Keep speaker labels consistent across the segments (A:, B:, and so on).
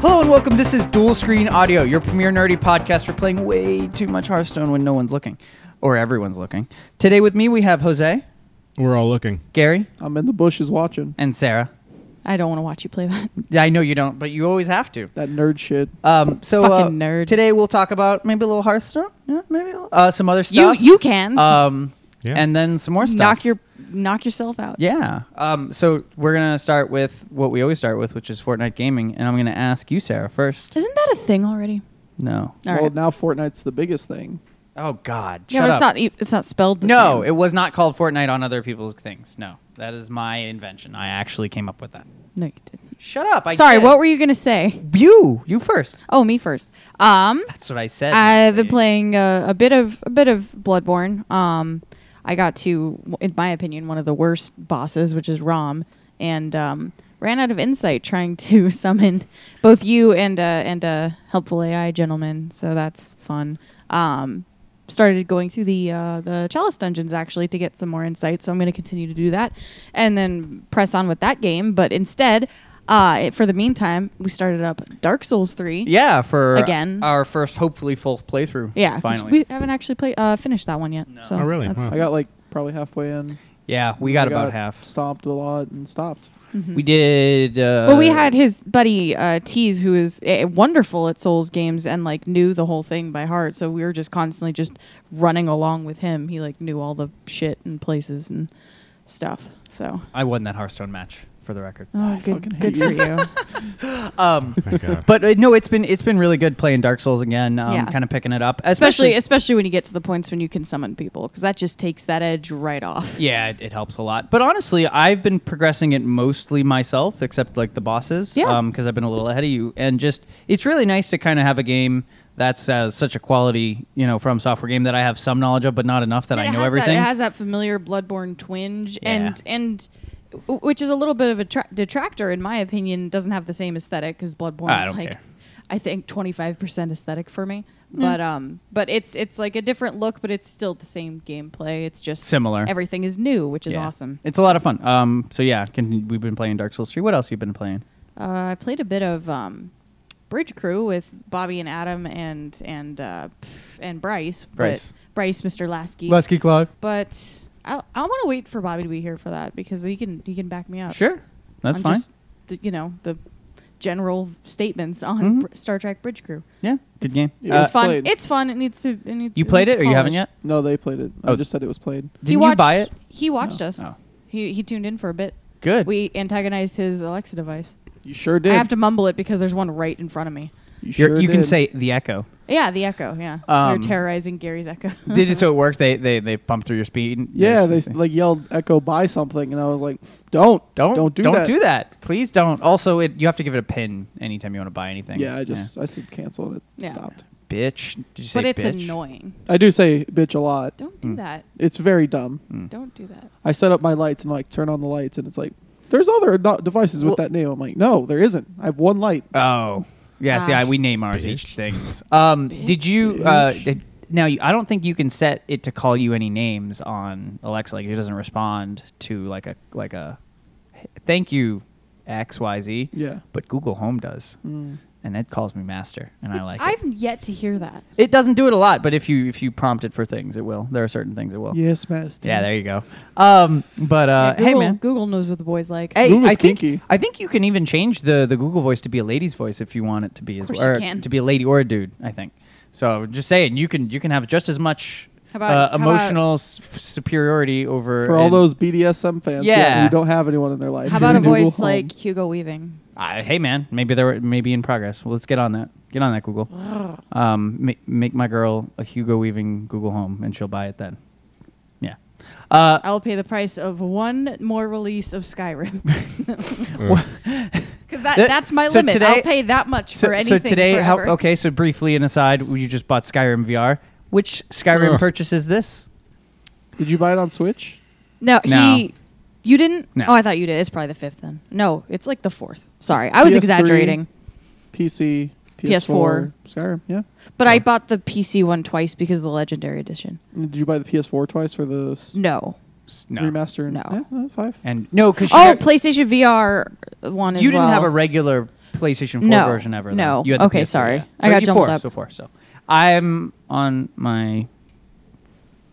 A: Hello and welcome. This is Dual Screen Audio, your premier nerdy podcast for playing way too much Hearthstone when no one's looking, or everyone's looking. Today with me we have Jose,
B: We're all looking.
A: Gary,
C: I'm in the bushes watching
A: and Sarah.
D: I don't want to watch you play that.
A: Yeah, I know you don't, but you always have to.
C: that nerd shit.
A: Um, so uh,
D: Fucking nerd.
A: today we'll talk about maybe a little Hearthstone, yeah, maybe a little- uh, some other
D: You
A: stuff.
D: you can
A: um,
B: Yeah.
A: and then some more stuff.
D: knock your knock yourself out.
A: yeah. Um, so we're gonna start with what we always start with, which is Fortnite gaming, and I'm gonna ask you, Sarah, first.
D: Isn't that a thing already?
A: No.
D: All
C: well,
D: right.
C: now Fortnite's the biggest thing.
A: Oh God.
D: yeah,
A: Shut
D: but
A: up.
D: it's not e- it's not spelled the
A: No,
D: same.
A: it was not called Fortnite on other people's things. No, that is my invention. I actually came up with that.
D: no, you didn't.
A: Shut up! I
D: Sorry,
A: did.
D: what were you gonna say?
A: you? You first.
D: Oh, me first. Um,
A: That's what I said.
D: I've been
A: Nancy.
D: playing a, a bit of a bit of Bloodborne. Um, I got to, in my opinion, one of the worst bosses, which is Rom, and um, ran out of insight trying to summon both you and uh, and a helpful AI gentleman. So that's fun. Um, started going through the uh, the chalice dungeons actually to get some more insight. So I'm going to continue to do that, and then press on with that game. But instead. Uh, for the meantime, we started up Dark Souls 3.
A: Yeah, for
D: Again.
A: our first hopefully full playthrough.
D: Yeah, 'cause
A: finally.
D: we haven't actually played uh, finished that one yet. So
B: Oh, really?
D: that's-
B: Wow.
C: I got like probably halfway in.
A: yeah, we got
C: I
A: about half.
C: Stopped a lot and stopped.
A: We did. Uh,
D: Mm-hmm. Well, we had his buddy uh, Tease, who is uh, wonderful at Souls games and like knew the whole thing by heart. So we were just constantly just running along with him. He like knew all the shit and places and stuff. So
A: I won that Hearthstone match for the record.
D: oh,
C: fucking
D: good,
C: hate
D: good for you.
A: Um,
B: Thank God.
A: but uh, no, it's been it's been really good playing Dark Souls again. Um,
D: Yeah.
A: kind of picking it up,
D: especially especially when you get to the points when you can summon people because that just takes that edge right off.
A: Yeah, it, it helps a lot. But honestly, I've been progressing it mostly myself, except like the bosses.
D: Yeah.
A: Because I've been a little ahead of you, and just it's really nice to kind of have a game that's uh, such a quality, you know, from software game that I have some knowledge of, but not enough that I
D: it
A: know
D: has
A: everything.
D: That, it has that familiar Bloodborne twinge,
A: Yeah.
D: and and w- which is a little bit of a tra- detractor, in my opinion. Doesn't have the same aesthetic because Bloodborne
A: I
D: is
A: don't
D: like,
A: care.
D: I think twenty five percent aesthetic for me. But um, but it's it's like a different look, but it's still the same gameplay. It's just
A: Similar.
D: Everything is new, which is
A: Yeah.
D: awesome.
A: It's a lot of fun. Um, so yeah, can, we've been playing Dark Souls three. What else you've been playing?
D: Uh, I played a bit of um, Bridge Crew with Bobby and Adam and and uh, and Bryce. but-
A: Bryce.
D: Bryce, Mr. Lasky.
A: Geek Live.
D: but I, I want to wait for Bobby to be here for that because he can he can back me up.
A: Sure, that's
D: on
A: fine.
D: Just the, you know the general statements on
A: Mhm.
D: Br- Star Trek Bridge Crew.
A: yeah, good game.
C: It
A: Uh,
D: It's
C: was
D: fun.
C: played.
D: It's fun. It needs to. It needs,
A: you
D: it
A: played
D: needs
A: it, or you haven't
D: polish.
A: yet?
C: No, they played it.
A: Oh.
C: I just said it was played.
D: He
A: Didn't you
D: watched,
A: buy it?
D: He watched us.
A: Oh.
D: He he tuned in for a bit.
A: Good.
D: We antagonized his Alexa device.
C: You sure did.
D: I have to mumble it because there's one right in front of me.
A: You're-
C: you sure
A: you can
C: did.
A: say the echo.
D: Yeah, the echo. Yeah, we
A: Um,
D: were terrorizing Gary's echo.
A: Did it so it worked? They they they pumped through your speed.
C: Yeah, they
A: Yes.
C: like yelled "Echo buy something," and I was like, "Don't,
A: Don't
C: don't do that."
A: Please don't. Also, it you have to give it a pin anytime you want to buy anything.
C: Yeah, I just I said cancel it.
D: Yeah.
C: Stopped.
A: Yeah. bitch. Did you say
D: but it's
A: bitch? Hmm.
D: annoying.
C: I do say bitch a lot.
D: Don't do that.
C: It's very dumb.
D: Don't do that.
C: I set up my lights and like turn on the lights, and it's like, "There's other do- devices with
A: Well-
C: that name." I'm like, "No, there isn't. I have one light."
A: Oh, yeah. See,
D: Ah.
A: I, we name ours each
B: Bitch.
A: things. Um, did you? Uh, did- now, you, I don't think you can set it to call you any names on Alexa. Like it doesn't respond to like a like a thank you X Y Z.
C: Yeah. Mm.
A: But Google Home does, and it calls me master, and I like it.
D: I've yet to hear that.
A: It doesn't do it a lot, but if you if you prompt it for things, it will. There are certain things it will.
C: Yes, master.
A: Yeah, there you go. Um, but uh,
D: Yeah,
A: hey,
D: Google-
A: man.
D: Google knows what the boys like.
A: Hey,
C: Google's
A: I think
C: kinky.
A: I think you can even change the, the Google voice to be a lady's voice if you want it to be as
D: course
A: or
D: you can.
A: to be a lady or a dude. I think. So I'm just saying you can you can have just as much
D: How about-
A: uh,
D: how about-
A: emotional s- f- superiority over
C: for all
A: an-
C: those BDSM fans
A: Yeah.
C: yeah. who don't have anyone in their life.
D: How about a
C: Google
D: voice
C: Home.
D: like Hugo Weaving?
A: I- hey man, maybe there were- maybe in progress. Well, let's get on that. Get on that Google. Um, make, make my girl a Hugo Weaving Google Home, and she'll buy it then. Yeah. Uh,
D: I'll pay the price of one more release of Skyrim. Because that,
A: That-
D: that's my
A: so
D: limit.
A: today-
D: I'll pay that much for anything.
A: today, how,
D: forever.
A: okay. So briefly, an aside, you just bought Skyrim VR. Which Skyrim
B: Ugh.
A: purchase is this?
C: Did you buy it on Switch?
D: No,
A: No.
D: he. You didn't?
A: No.
D: Oh, I thought you did. It's probably the fifth then. No, it's like the fourth. Sorry, I was
C: PS3.
D: exaggerating.
C: PC,
D: PS4.
C: PS4, Skyrim. Yeah.
D: But
A: Oh.
D: I bought the PC one twice because of the Legendary Edition.
C: Did you buy the PS4 twice for the s-
D: No.
A: S- No.
C: remaster? And,
D: No.
C: Yeah, uh, five.
A: And no, because
D: Oh, PlayStation VR one Oh, as
A: you didn't
D: well.
A: have a regular. PlayStation 4
D: No,
A: version ever. though.
D: no.
A: You had the
D: Okay,
A: PS4,
D: sorry.
A: yeah.
D: I
A: So
D: got
A: you
D: jumbled
A: four,
D: up.
A: So four. So I'm on my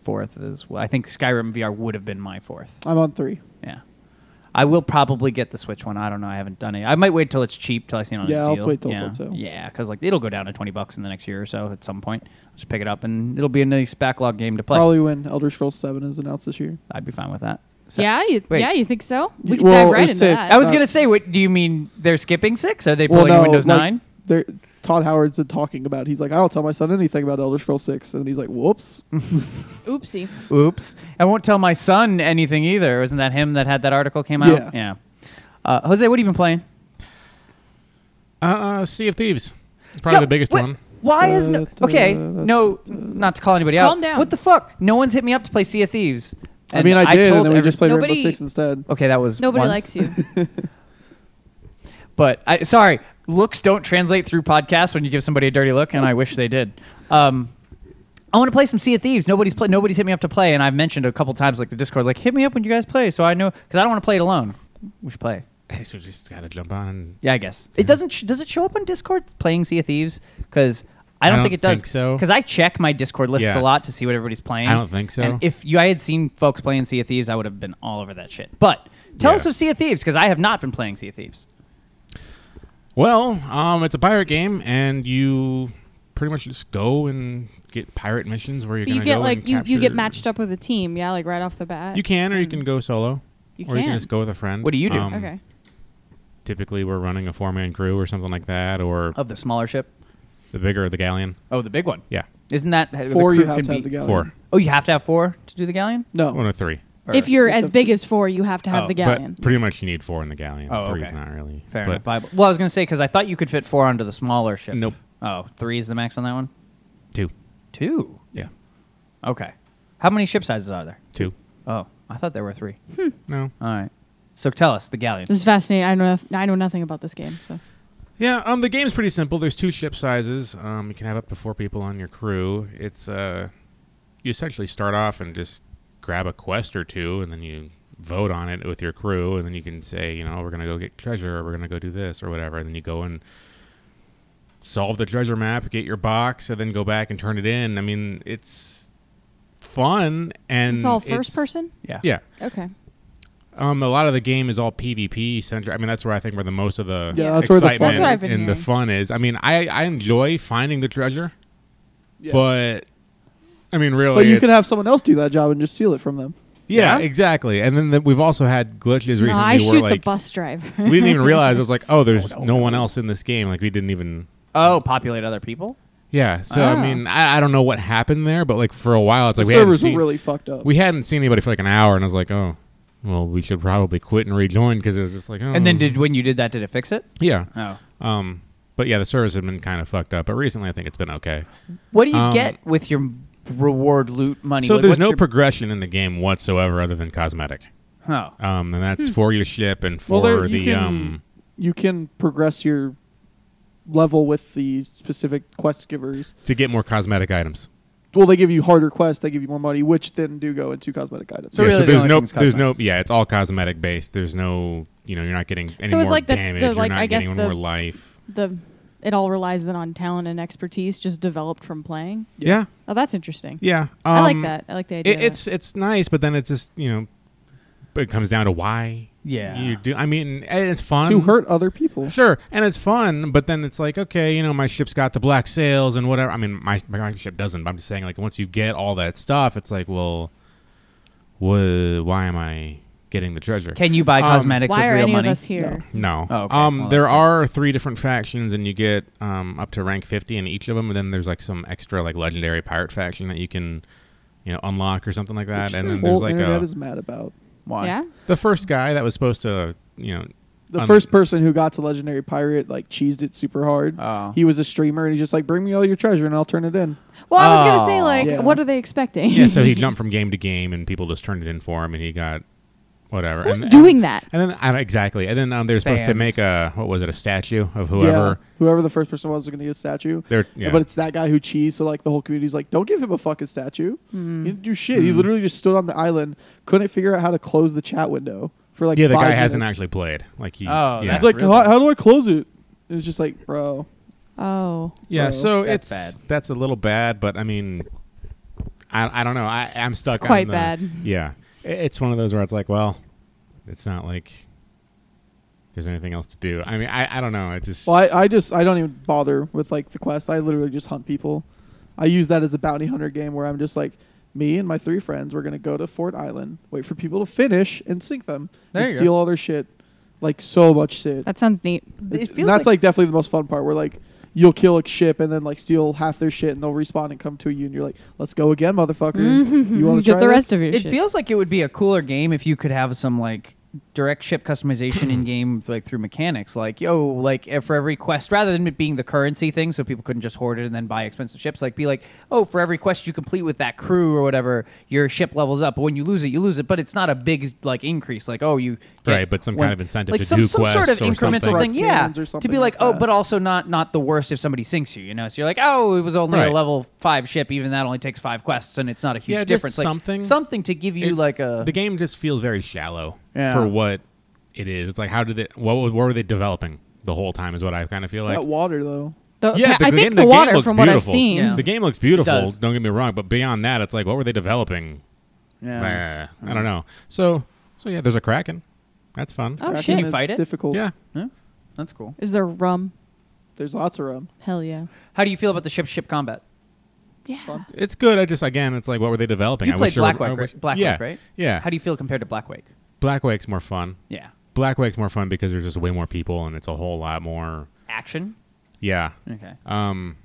A: fourth as well. I think Skyrim VR would have been my fourth.
C: I'm on three.
A: Yeah. I will probably get the Switch one. I don't know. I haven't done it. I might wait till it's cheap, till I see it on
C: Yeah,
A: a
C: I'll
A: deal.
C: wait till it's
A: yeah,
C: on sale.
A: yeah, because like it'll go down to twenty bucks in the next year or so at some point. Just pick it up and it'll be a nice backlog game to play.
C: Probably when Elder Scrolls Seven is announced this year.
A: I'd be fine with that. So-
D: yeah, you,
A: wait.
D: yeah, you think so? We
C: Y-
D: can
C: well,
D: dive right
C: it's
D: into
C: six.
A: I
D: that.
A: was
C: Uh,
A: gonna say, what do you mean? They're skipping six? Are they pulling Windows
C: like,
A: Nine?
C: they're- Todd Howard's been talking about. He's like, I don't tell my son anything about Elder Scrolls Six, and he's like, whoops.
D: Oopsie.
A: Oops! I won't tell my son anything either. Isn't that him that had that article came
C: Yeah.
A: out? Yeah. Uh, Jose, what have you been playing?
B: Uh, Sea of Thieves. It's probably
A: Yo,
B: the biggest
A: what-
B: one.
A: Why
C: Da,
A: isn't it?
C: da,
A: Okay,
C: da, da,
A: no, not to call anybody out.
D: Calm down.
A: What the fuck? No one's hit me up to play Sea of Thieves.
C: I mean, I did, and then we
A: every-
C: just played
D: Nobody-
C: Rainbow Six instead.
A: Okay, that was
D: Nobody
A: once.
D: likes you.
A: But I sorry, looks don't translate through podcasts when you give somebody a dirty look, and I wish they did. Um, I want to play some Sea of Thieves. Nobody's play, nobody's hit me up to play, and I've mentioned a couple times like the Discord, like hit me up when you guys play, so I know because I don't want to play it alone. We should play.
B: So just gotta jump on. And
A: Yeah, I guess it doesn't. Sh- does it show up on Discord playing Sea of Thieves? Because I, don't think it does.
B: think so.
A: because I check my Discord lists
B: Yeah.
A: a lot to see what everybody's playing.
B: I don't think so.
A: And if you, I had seen folks playing Sea of Thieves, I would have been all over that shit. But tell
B: Yeah.
A: us of Sea of Thieves because I have not been playing Sea of Thieves.
B: Well, um, it's a pirate game, and you pretty much just go and get pirate missions where you're
D: But you
B: gonna
D: get
B: go
D: like
B: and
D: you, you get
B: capture-
D: matched up with a team, yeah, like right off the bat.
B: You can, or you can go solo,
D: You
B: or you can just go with a friend.
A: What do you do?
B: Um,
D: Okay.
B: Typically, we're running a four-man crew or something like that, or
A: Of the smaller ship,
B: the bigger the galleon.
A: oh, the big one.
B: Yeah,
A: Isn't that the
C: Four,
A: crew
C: you have
A: can
C: to have
A: be-
C: the galleon.
B: four,
A: Oh, you have to have four to do the galleon.
C: No,
B: one or three.
A: Or-
D: If you're
C: It's
D: as
C: a-
D: big as four, you have to have
A: Oh,
D: the
A: but
D: galleon.
B: But pretty much you need four in the galleon.
A: Oh,
B: Three's
A: okay.
B: not really
A: fair
B: but
A: enough. Viable. Well, I was gonna say because I thought you could fit four onto the smaller ship.
B: Nope.
A: Oh, three is the max on that one.
B: Two.
A: Two.
B: Yeah,
A: Okay. How many ship sizes are there?
B: two.
A: Oh, I thought there were three.
B: No.
A: All right. So tell us the galleon.
D: Hmm. This is fascinating. I know noth- I know nothing about this game, so
B: Yeah, um, the game's pretty simple. There's two ship sizes. Um, you can have up to four people on your crew. It's uh, you essentially start off and just grab a quest or two, and then you vote on it with your crew, and then you can say, you know, we're gonna go get treasure, or we're gonna go do this, or whatever. And then you go and solve the treasure map, get your box, and then go back and turn it in. I mean, it's fun and
D: it's all first
B: it's-
D: person.
A: Yeah.
B: Yeah,
D: Okay.
B: um, a lot of the game is all PvP centric. I mean, that's where I think where the most of the
C: Yeah, that's where the fun
B: excitement
D: That's what I've been
B: and the
D: hearing.
B: fun is. I mean, I, I enjoy finding the treasure,
C: Yeah.
B: but I mean, really,
C: but you
B: Oh, it's-
C: can have someone else do that job and just steal it from them.
B: yeah,
A: Yeah.
B: exactly. And then the, we've also had glitches recently
D: No, I
B: where
D: shoot the
B: like
D: bus driver.
B: we didn't even realize it was like, oh, there's no, one else in this game. Like we didn't even.
A: Oh, populate other people.
B: Yeah, so
D: Ah.
B: I mean, I, I don't know what happened there, but like for a while, it's
C: The
B: like we hadn't
C: servers were
B: seen
C: really fucked up.
B: we hadn't seen anybody for like an hour, and I was like, oh, well, we should probably quit and rejoin because it was just like, oh.
A: And then did when you did that, did it fix it?
B: yeah,
A: Oh.
B: Um, but yeah, the service had been kind of fucked up. But recently, I think it's been okay.
A: What do you
B: Um,
A: get with your reward loot money?
B: So
A: Like,
B: there's
A: what's
B: no
A: your-
B: progression in the game whatsoever, other than cosmetic.
A: oh.
B: Um, and that's for your ship and for
C: Well, there- you
B: the
C: can-
B: um.
C: you can progress your level with the specific quest givers.
B: To get more cosmetic items,
C: Well, they give you harder quests, they give you more money, which then do go into cosmetic items.
A: So
B: Yeah,
A: really the
B: there's
A: only
B: no,
A: thing is
B: there's no,
A: cosmetics.
B: yeah, it's all cosmetic based. There's no, you know, you're not getting any
D: So it's
B: more
D: like the-
B: damage.
D: the,
B: you're
D: like,
B: not
D: I guess
B: getting any
D: the-
B: more life.
D: the it all relies then on talent and expertise just developed from playing.
B: Yeah,
D: Oh, that's interesting.
B: yeah. Um,
D: I like that. I like the idea.
B: It, it's it's nice, but then it's just you know, it comes down to why
A: Yeah.
B: you do. I mean, and it's fun
C: to hurt other people.
B: Sure, and it's fun, but then it's like, okay, you know, my ship's got the black sails and whatever. I mean, my my ship doesn't, but I'm just saying, like, once you get all that stuff, it's like, well, wha- why am I getting the treasure?
A: Can you buy
B: Um,
A: cosmetics
D: why
A: with
D: are
A: real
D: any
A: money?
D: of us here?
B: No.
A: Oh, okay.
B: Um,
A: Well,
B: there
A: that's good.
B: are three different factions, and you get um, up to rank 50 in each of them, and then there's like some extra, like, legendary pirate faction that you can, you know, unlock or something like that.
C: Which
B: And
C: the
B: then there's
C: whole
B: like
C: internet
B: a,
C: is mad about.
A: Why?
D: Yeah.
B: the first guy that was supposed to, you know,
C: The
B: Um,
C: first person who got to legendary pirate like cheesed it super hard.
A: Oh.
C: He was a streamer, and he's just like, "Bring me all your treasure, and I'll turn it in."
D: Well, I was gonna say
A: Oh.
D: like,
C: Yeah.
D: what are they expecting?
B: yeah, so he jumped from game to game, and people just turned it in for him, and he got whatever.
D: Who's
B: and,
D: doing that?
B: And then uh, exactly, and then um, they're supposed to
A: Fans.
B: make a what was it, a statue of whoever.
C: yeah, whoever the first person was, was going to get a statue.
B: They're yeah.
C: But it's that guy who cheesed, so like the whole community's like, "Don't give him a fucking statue."
A: Mm.
C: He didn't do shit.
B: Mm.
C: He literally just stood on the island, couldn't figure out how to close the chat window for like.
B: yeah, the
C: five
B: guy hasn't
C: minutes.
B: actually played. Like he,
A: Oh,
B: yeah.
A: that's-
C: He's like,
A: Really?
C: how, how do I close it? It was just like, bro,
D: Oh,
B: Yeah,
C: Well,
B: so
A: that's
B: it's that's a little bad, but I mean, I I don't know. I I'm stuck.
D: it's quite
B: on the-
D: bad.
B: Yeah, I- it's one of those where it's like, well, it's not like there's anything else to do. I mean, I I don't know. It just
C: Well, I, I just I don't even bother with like the quest. I literally just hunt people. I use that as a bounty hunter game where I'm just like, me and my three friends, we're gonna go to Fort Island, wait for people to finish and sink them,
A: There
C: and
A: you go.
C: steal all their shit, like so much shit.
D: That sounds neat.
A: It
C: It's-
A: feels
C: that's like,
A: like-
C: definitely the most fun part. Where like you'll kill a ship and then like steal half their shit and they'll respawn and come to you and you're like, let's go again, motherfucker. You want to
D: Mm-hmm, Get
C: try
D: the
C: this?
D: rest of your
A: It
D: shit.
A: feels like it would be a cooler game if you could have some like direct ship customization in game like through mechanics like yo like if for every quest rather than it being the currency thing so people couldn't just hoard it and then buy expensive ships like be like oh for every quest you complete with that crew or whatever your ship levels up but when you lose it you lose it but it's not a big like increase like oh you get
B: Right, but some kind
A: one-
B: of incentive
A: like
B: to
A: some,
B: do
A: some sort of
B: quests or
A: incremental
B: something.
A: thing yeah
C: Cannons or
A: to
C: something
A: be like,
C: like
A: oh
C: that.
A: but also not not the worst if somebody sinks you you know so you're like oh it was only
B: Right.
A: a level five ship even that only takes five quests and it's not a huge
B: Yeah, just
A: difference like
B: something.
A: something to give you
B: It-
A: like a
B: the game just feels very shallow
A: Yeah.
B: for what it is. It's like how did they what was- what were they developing the whole time is what I kind of feel
A: Uh,
B: like.
C: that water though.
D: The-
B: yeah, the,
D: I
B: the
D: think
B: game,
D: the,
B: game
D: water
B: looks
D: from what
B: beautiful.
D: I've seen.
A: Yeah.
B: The game looks beautiful.
A: does.
B: Don't get me wrong, but beyond that, it's like what were they developing?
A: yeah.
B: Nah, I don't know. So so yeah, there's a kraken. That's fun.
D: Oh
C: Kraken
D: shit!
A: you
C: is
A: fight it?
C: Difficult.
B: Yeah,
A: that's cool.
D: Is there rum?
C: There's lots of them.
D: Hell yeah.
A: How do you feel about the ship ship combat?
D: Yeah.
B: it's good. I just again, it's like what were they developing?
A: You
B: I
A: played
B: wish there were-
A: Black Wake,
B: I wish-
A: right? Black
B: yeah,
A: Wake, right?
B: Yeah,
A: How do you feel compared to Black Wake?
B: Black Wake's more fun.
A: Yeah,
B: Black Wake's more fun because there's just way more people and it's a whole lot more.
A: action.
B: Yeah.
A: Okay,
B: Um.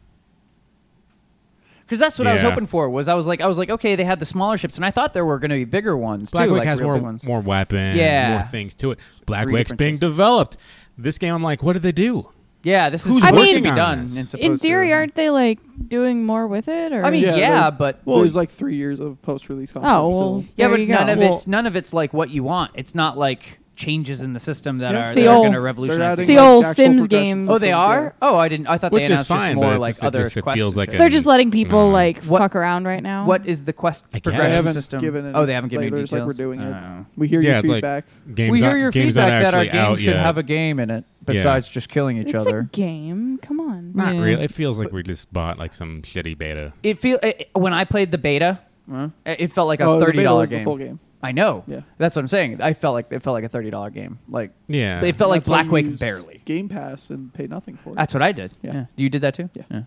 A: because that's what I was
B: Yeah.
A: hoping for. Was I was like I was like okay, they had the smaller ships, and I thought there were going to be bigger ones
B: Black
A: too,
B: Wake
A: like
B: has
A: real
B: more
A: big ones.
B: more weapons,
A: Yeah.
B: more things to it. Black
A: Three
B: Wake's
A: different
B: being
A: ships.
B: developed. This game, I'm like, what did they do?
A: yeah, this is
B: Who's
A: supposed
D: working
A: to be
B: on
A: done.
B: this?
A: and
B: In
D: In
A: supposed
D: theory,
A: to,
D: aren't they like doing more with it? Or
A: I mean, yeah,
C: there's-
A: but
C: Well,
B: Well,
C: there's like three years of post-release content.
D: oh,
C: so-
D: well,
A: yeah,
D: there
A: but
D: you
A: none
D: go.
A: of
B: Well-
A: it's none of it's like what you want. It's not like changes in the system that
C: Yeah,
A: are,
C: it's
A: that
D: the
A: are
D: old-
A: going to
D: they're
A: revolutionize.
C: adding,
A: the
D: It's the
A: game.
D: old
C: actual
D: Sims
C: progression
D: games.
A: oh, they
C: systems,
A: are.
C: yeah.
A: Oh, I didn't. I thought
B: Which
A: they
B: is
A: announced
B: fine,
A: just
B: but
A: more
B: it's
A: like
B: just- it
A: other
B: just- it
A: quests.
B: feels
A: and
B: like
A: shit.
D: They're just letting people
B: Mm.
D: like
A: What-
D: fuck around right now.
A: What is the quest
B: I guess.
A: progression
B: They haven't
A: system?
C: given any-
A: oh, they haven't given
C: like,
A: any
C: they're just like,
A: details.
C: "We're doing it."
A: Oh.
C: We hear
B: yeah,
C: your
B: it's
C: feedback.
B: like games.
A: we hear
B: aren't-
A: your
B: games aren't
A: feedback that our
B: actually
A: game
B: out
A: should
B: yet.
A: have a game in it besides just killing each
D: it's a
A: other.
D: game. Come on.
B: Not
A: Yeah.
B: really. It feels like we just bought like some shitty beta.
A: It feel it, when I played the beta, it it felt like a
C: Oh, the beta
A: thirty dollar
C: was the
A: game.
C: full game.
A: I know.
C: Yeah.
A: that's what I'm saying. I felt like it felt like a thirty dollar game. Like
B: Yeah.
A: it felt like
C: That's why
A: Black
C: you
A: Wake
C: use
A: barely.
C: Game Pass and pay nothing for it.
A: That's what I did.
C: Yeah.
A: Yeah. you did that too.
C: Yeah.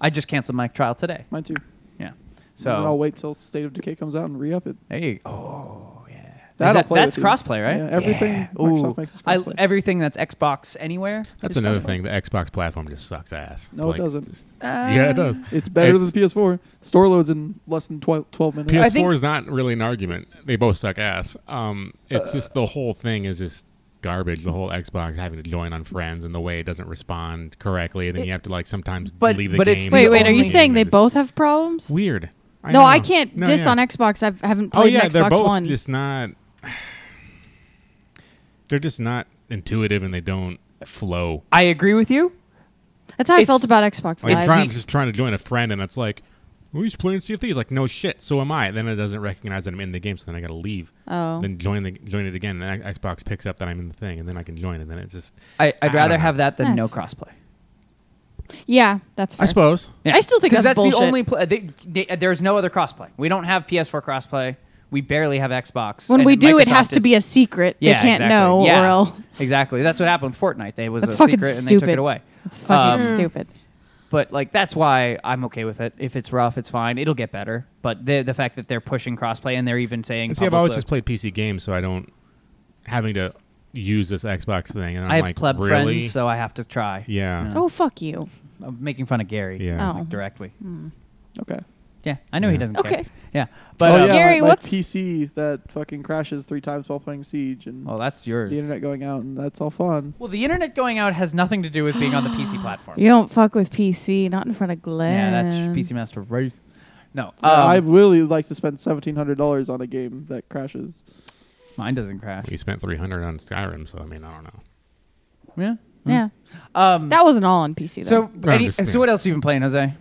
A: I just canceled my trial today.
C: Mine too.
A: Yeah,
C: and then I'll
A: so
C: wait till State of Decay comes out and re-up it.
A: there you. Oh yeah, Is
C: That I'll
A: that-
C: play
A: that's
C: with you.
A: crossplay, right?
C: Yeah, everything Microsoft
A: Ooh.
C: makes is
A: I,
C: crossplay.
A: everything that's Xbox anywhere.
B: That's
A: is
B: another
A: crossplay.
B: thing. The Xbox platform just sucks ass.
C: No, it doesn't.
B: just- yeah, it does.
C: It's better
B: It's-
C: than PS4. Store loads in less than 12, 12 minutes.
A: I
B: PS4
A: think-
B: is not really an argument. They both suck ass. Um, it's just the whole thing is just garbage. The whole Xbox having to join on friends and the way it doesn't respond correctly, and then you have to like sometimes
A: But-
B: leave the
A: but
B: game.
A: it's
D: Wait,
A: the
D: wait. Are you
A: only-
D: saying they
B: It's
D: both have problems?
B: weird?
D: no, I
B: know.
D: can't
B: No,
D: diss
B: yeah.
D: on Xbox. I've, I haven't
B: Oh
D: played
B: yeah,
D: an Xbox
B: they're both
D: One.
B: just not. They're just not intuitive and they don't flow.
A: I agree with you.
D: That's how I
A: it's-
D: felt about Xbox
B: Like
D: Live.
B: try, I'm just trying to join a friend, and it's like, oh, he's playing Sea of Thieves. Like, no shit. So am I. Then it doesn't recognize that I'm in the game, so then I gotta leave.
D: Oh.
B: Then join the join it again, and then Xbox picks up that I'm in the thing, and then I can join it. Then it's just.
A: I, I'd
B: I
A: rather
B: don't know.
A: have that than no
D: That's-
A: crossplay.
D: yeah, that's fair.
B: I suppose.
D: I still think
A: 'Cause that's
D: that's bullshit.
A: the only. Pl- they, they, there's no other crossplay. We don't have PS4 crossplay. We barely have Xbox.
D: when
A: And
D: we do, it
A: Microsoft
D: has to
A: is-
D: be a secret.
A: Yeah,
D: they can't
A: exactly.
D: know,
A: Yeah,
D: or else
A: Exactly. That's what happened with Fortnite. They was
D: that's
A: a
D: fucking
A: secret
D: stupid.
A: and they took it away.
D: It's fucking
A: Um,
D: stupid.
A: But like that's why I'm okay with it. If it's rough, it's fine. It'll get better. But the the fact that they're pushing crossplay and they're even saying
B: And see, I've always
A: publicly-
B: just played PC games, so I don't having to use this Xbox thing. And I'm
A: I have
B: like,
A: pleb
B: really?
A: friends, so I have to try.
B: yeah.
A: No.
D: Oh fuck you.
A: I'm making fun of Gary.
B: Yeah.
D: Oh.
A: Like, directly.
C: Okay.
A: Yeah, I know
B: Yeah.
A: he doesn't
D: Okay.
A: care. Yeah, but
C: Mm. oh,
A: um,
C: yeah,
D: Gary,
C: my, my
D: what's-
C: PC that fucking crashes three times while playing Siege and
A: well, that's
C: the
A: yours.
C: internet going out and that's all fun.
A: Well, the internet going out has nothing to do with being on the PC platform.
D: You don't fuck with PC, not in front of Glenn.
A: Yeah, that's PC Master Race. No, um,
C: I really like to spend seventeen hundred dollars on a game that crashes.
A: mine doesn't crash.
B: We spent 300 on Skyrim, so I mean, I don't know.
A: Yeah.
D: Yeah,
C: Mm-hmm.
A: Um,
D: that wasn't all on PC. Though.
A: so,
B: No,
A: any,
B: just me.
A: so what else have you been playing, Jose?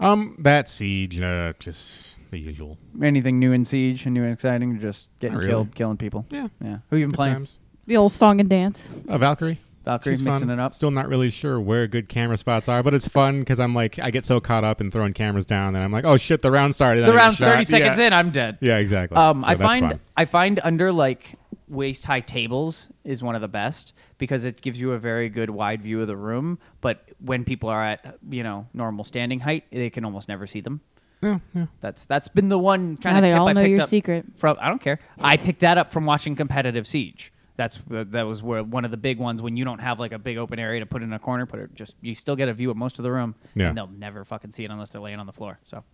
B: Um, that siege, uh, just the usual.
A: Anything new in Siege and new and exciting? Or just getting
B: Not really.
A: killed, killing people.
B: Yeah.
A: Yeah. Who you been
B: Good
A: playing?
B: times.
D: the old song and dance.
B: Uh, Valkyrie.
A: Valkyrie's
B: She's
A: mixing
B: fun.
A: it up.
B: Still not really sure where good camera spots are, but it's fun because I'm like, I get so caught up in throwing cameras down that I'm like, oh shit, the round started.
A: The round's thirty seconds in, I'm dead.
B: Yeah, exactly.
A: Um,
B: So
A: I
B: that's
A: find
B: fun.
A: I find under like waist high tables is one of the best because it gives you a very good wide view of the room. But when people are at you know normal standing height, they can almost never see them.
B: Yeah, yeah.
A: That's that's been the one kind
D: Now
A: of
D: they
A: tip
D: all
A: I
D: know
A: picked
D: your
A: up
D: secret.
A: from. I don't care. I picked that up from watching competitive siege. That's uh, that was where one of the big ones when you don't have like a big open area to put in a corner, put it just you still get a view of most of the room,
B: Yeah.
A: and they'll never fucking see it unless they're laying on the floor. So,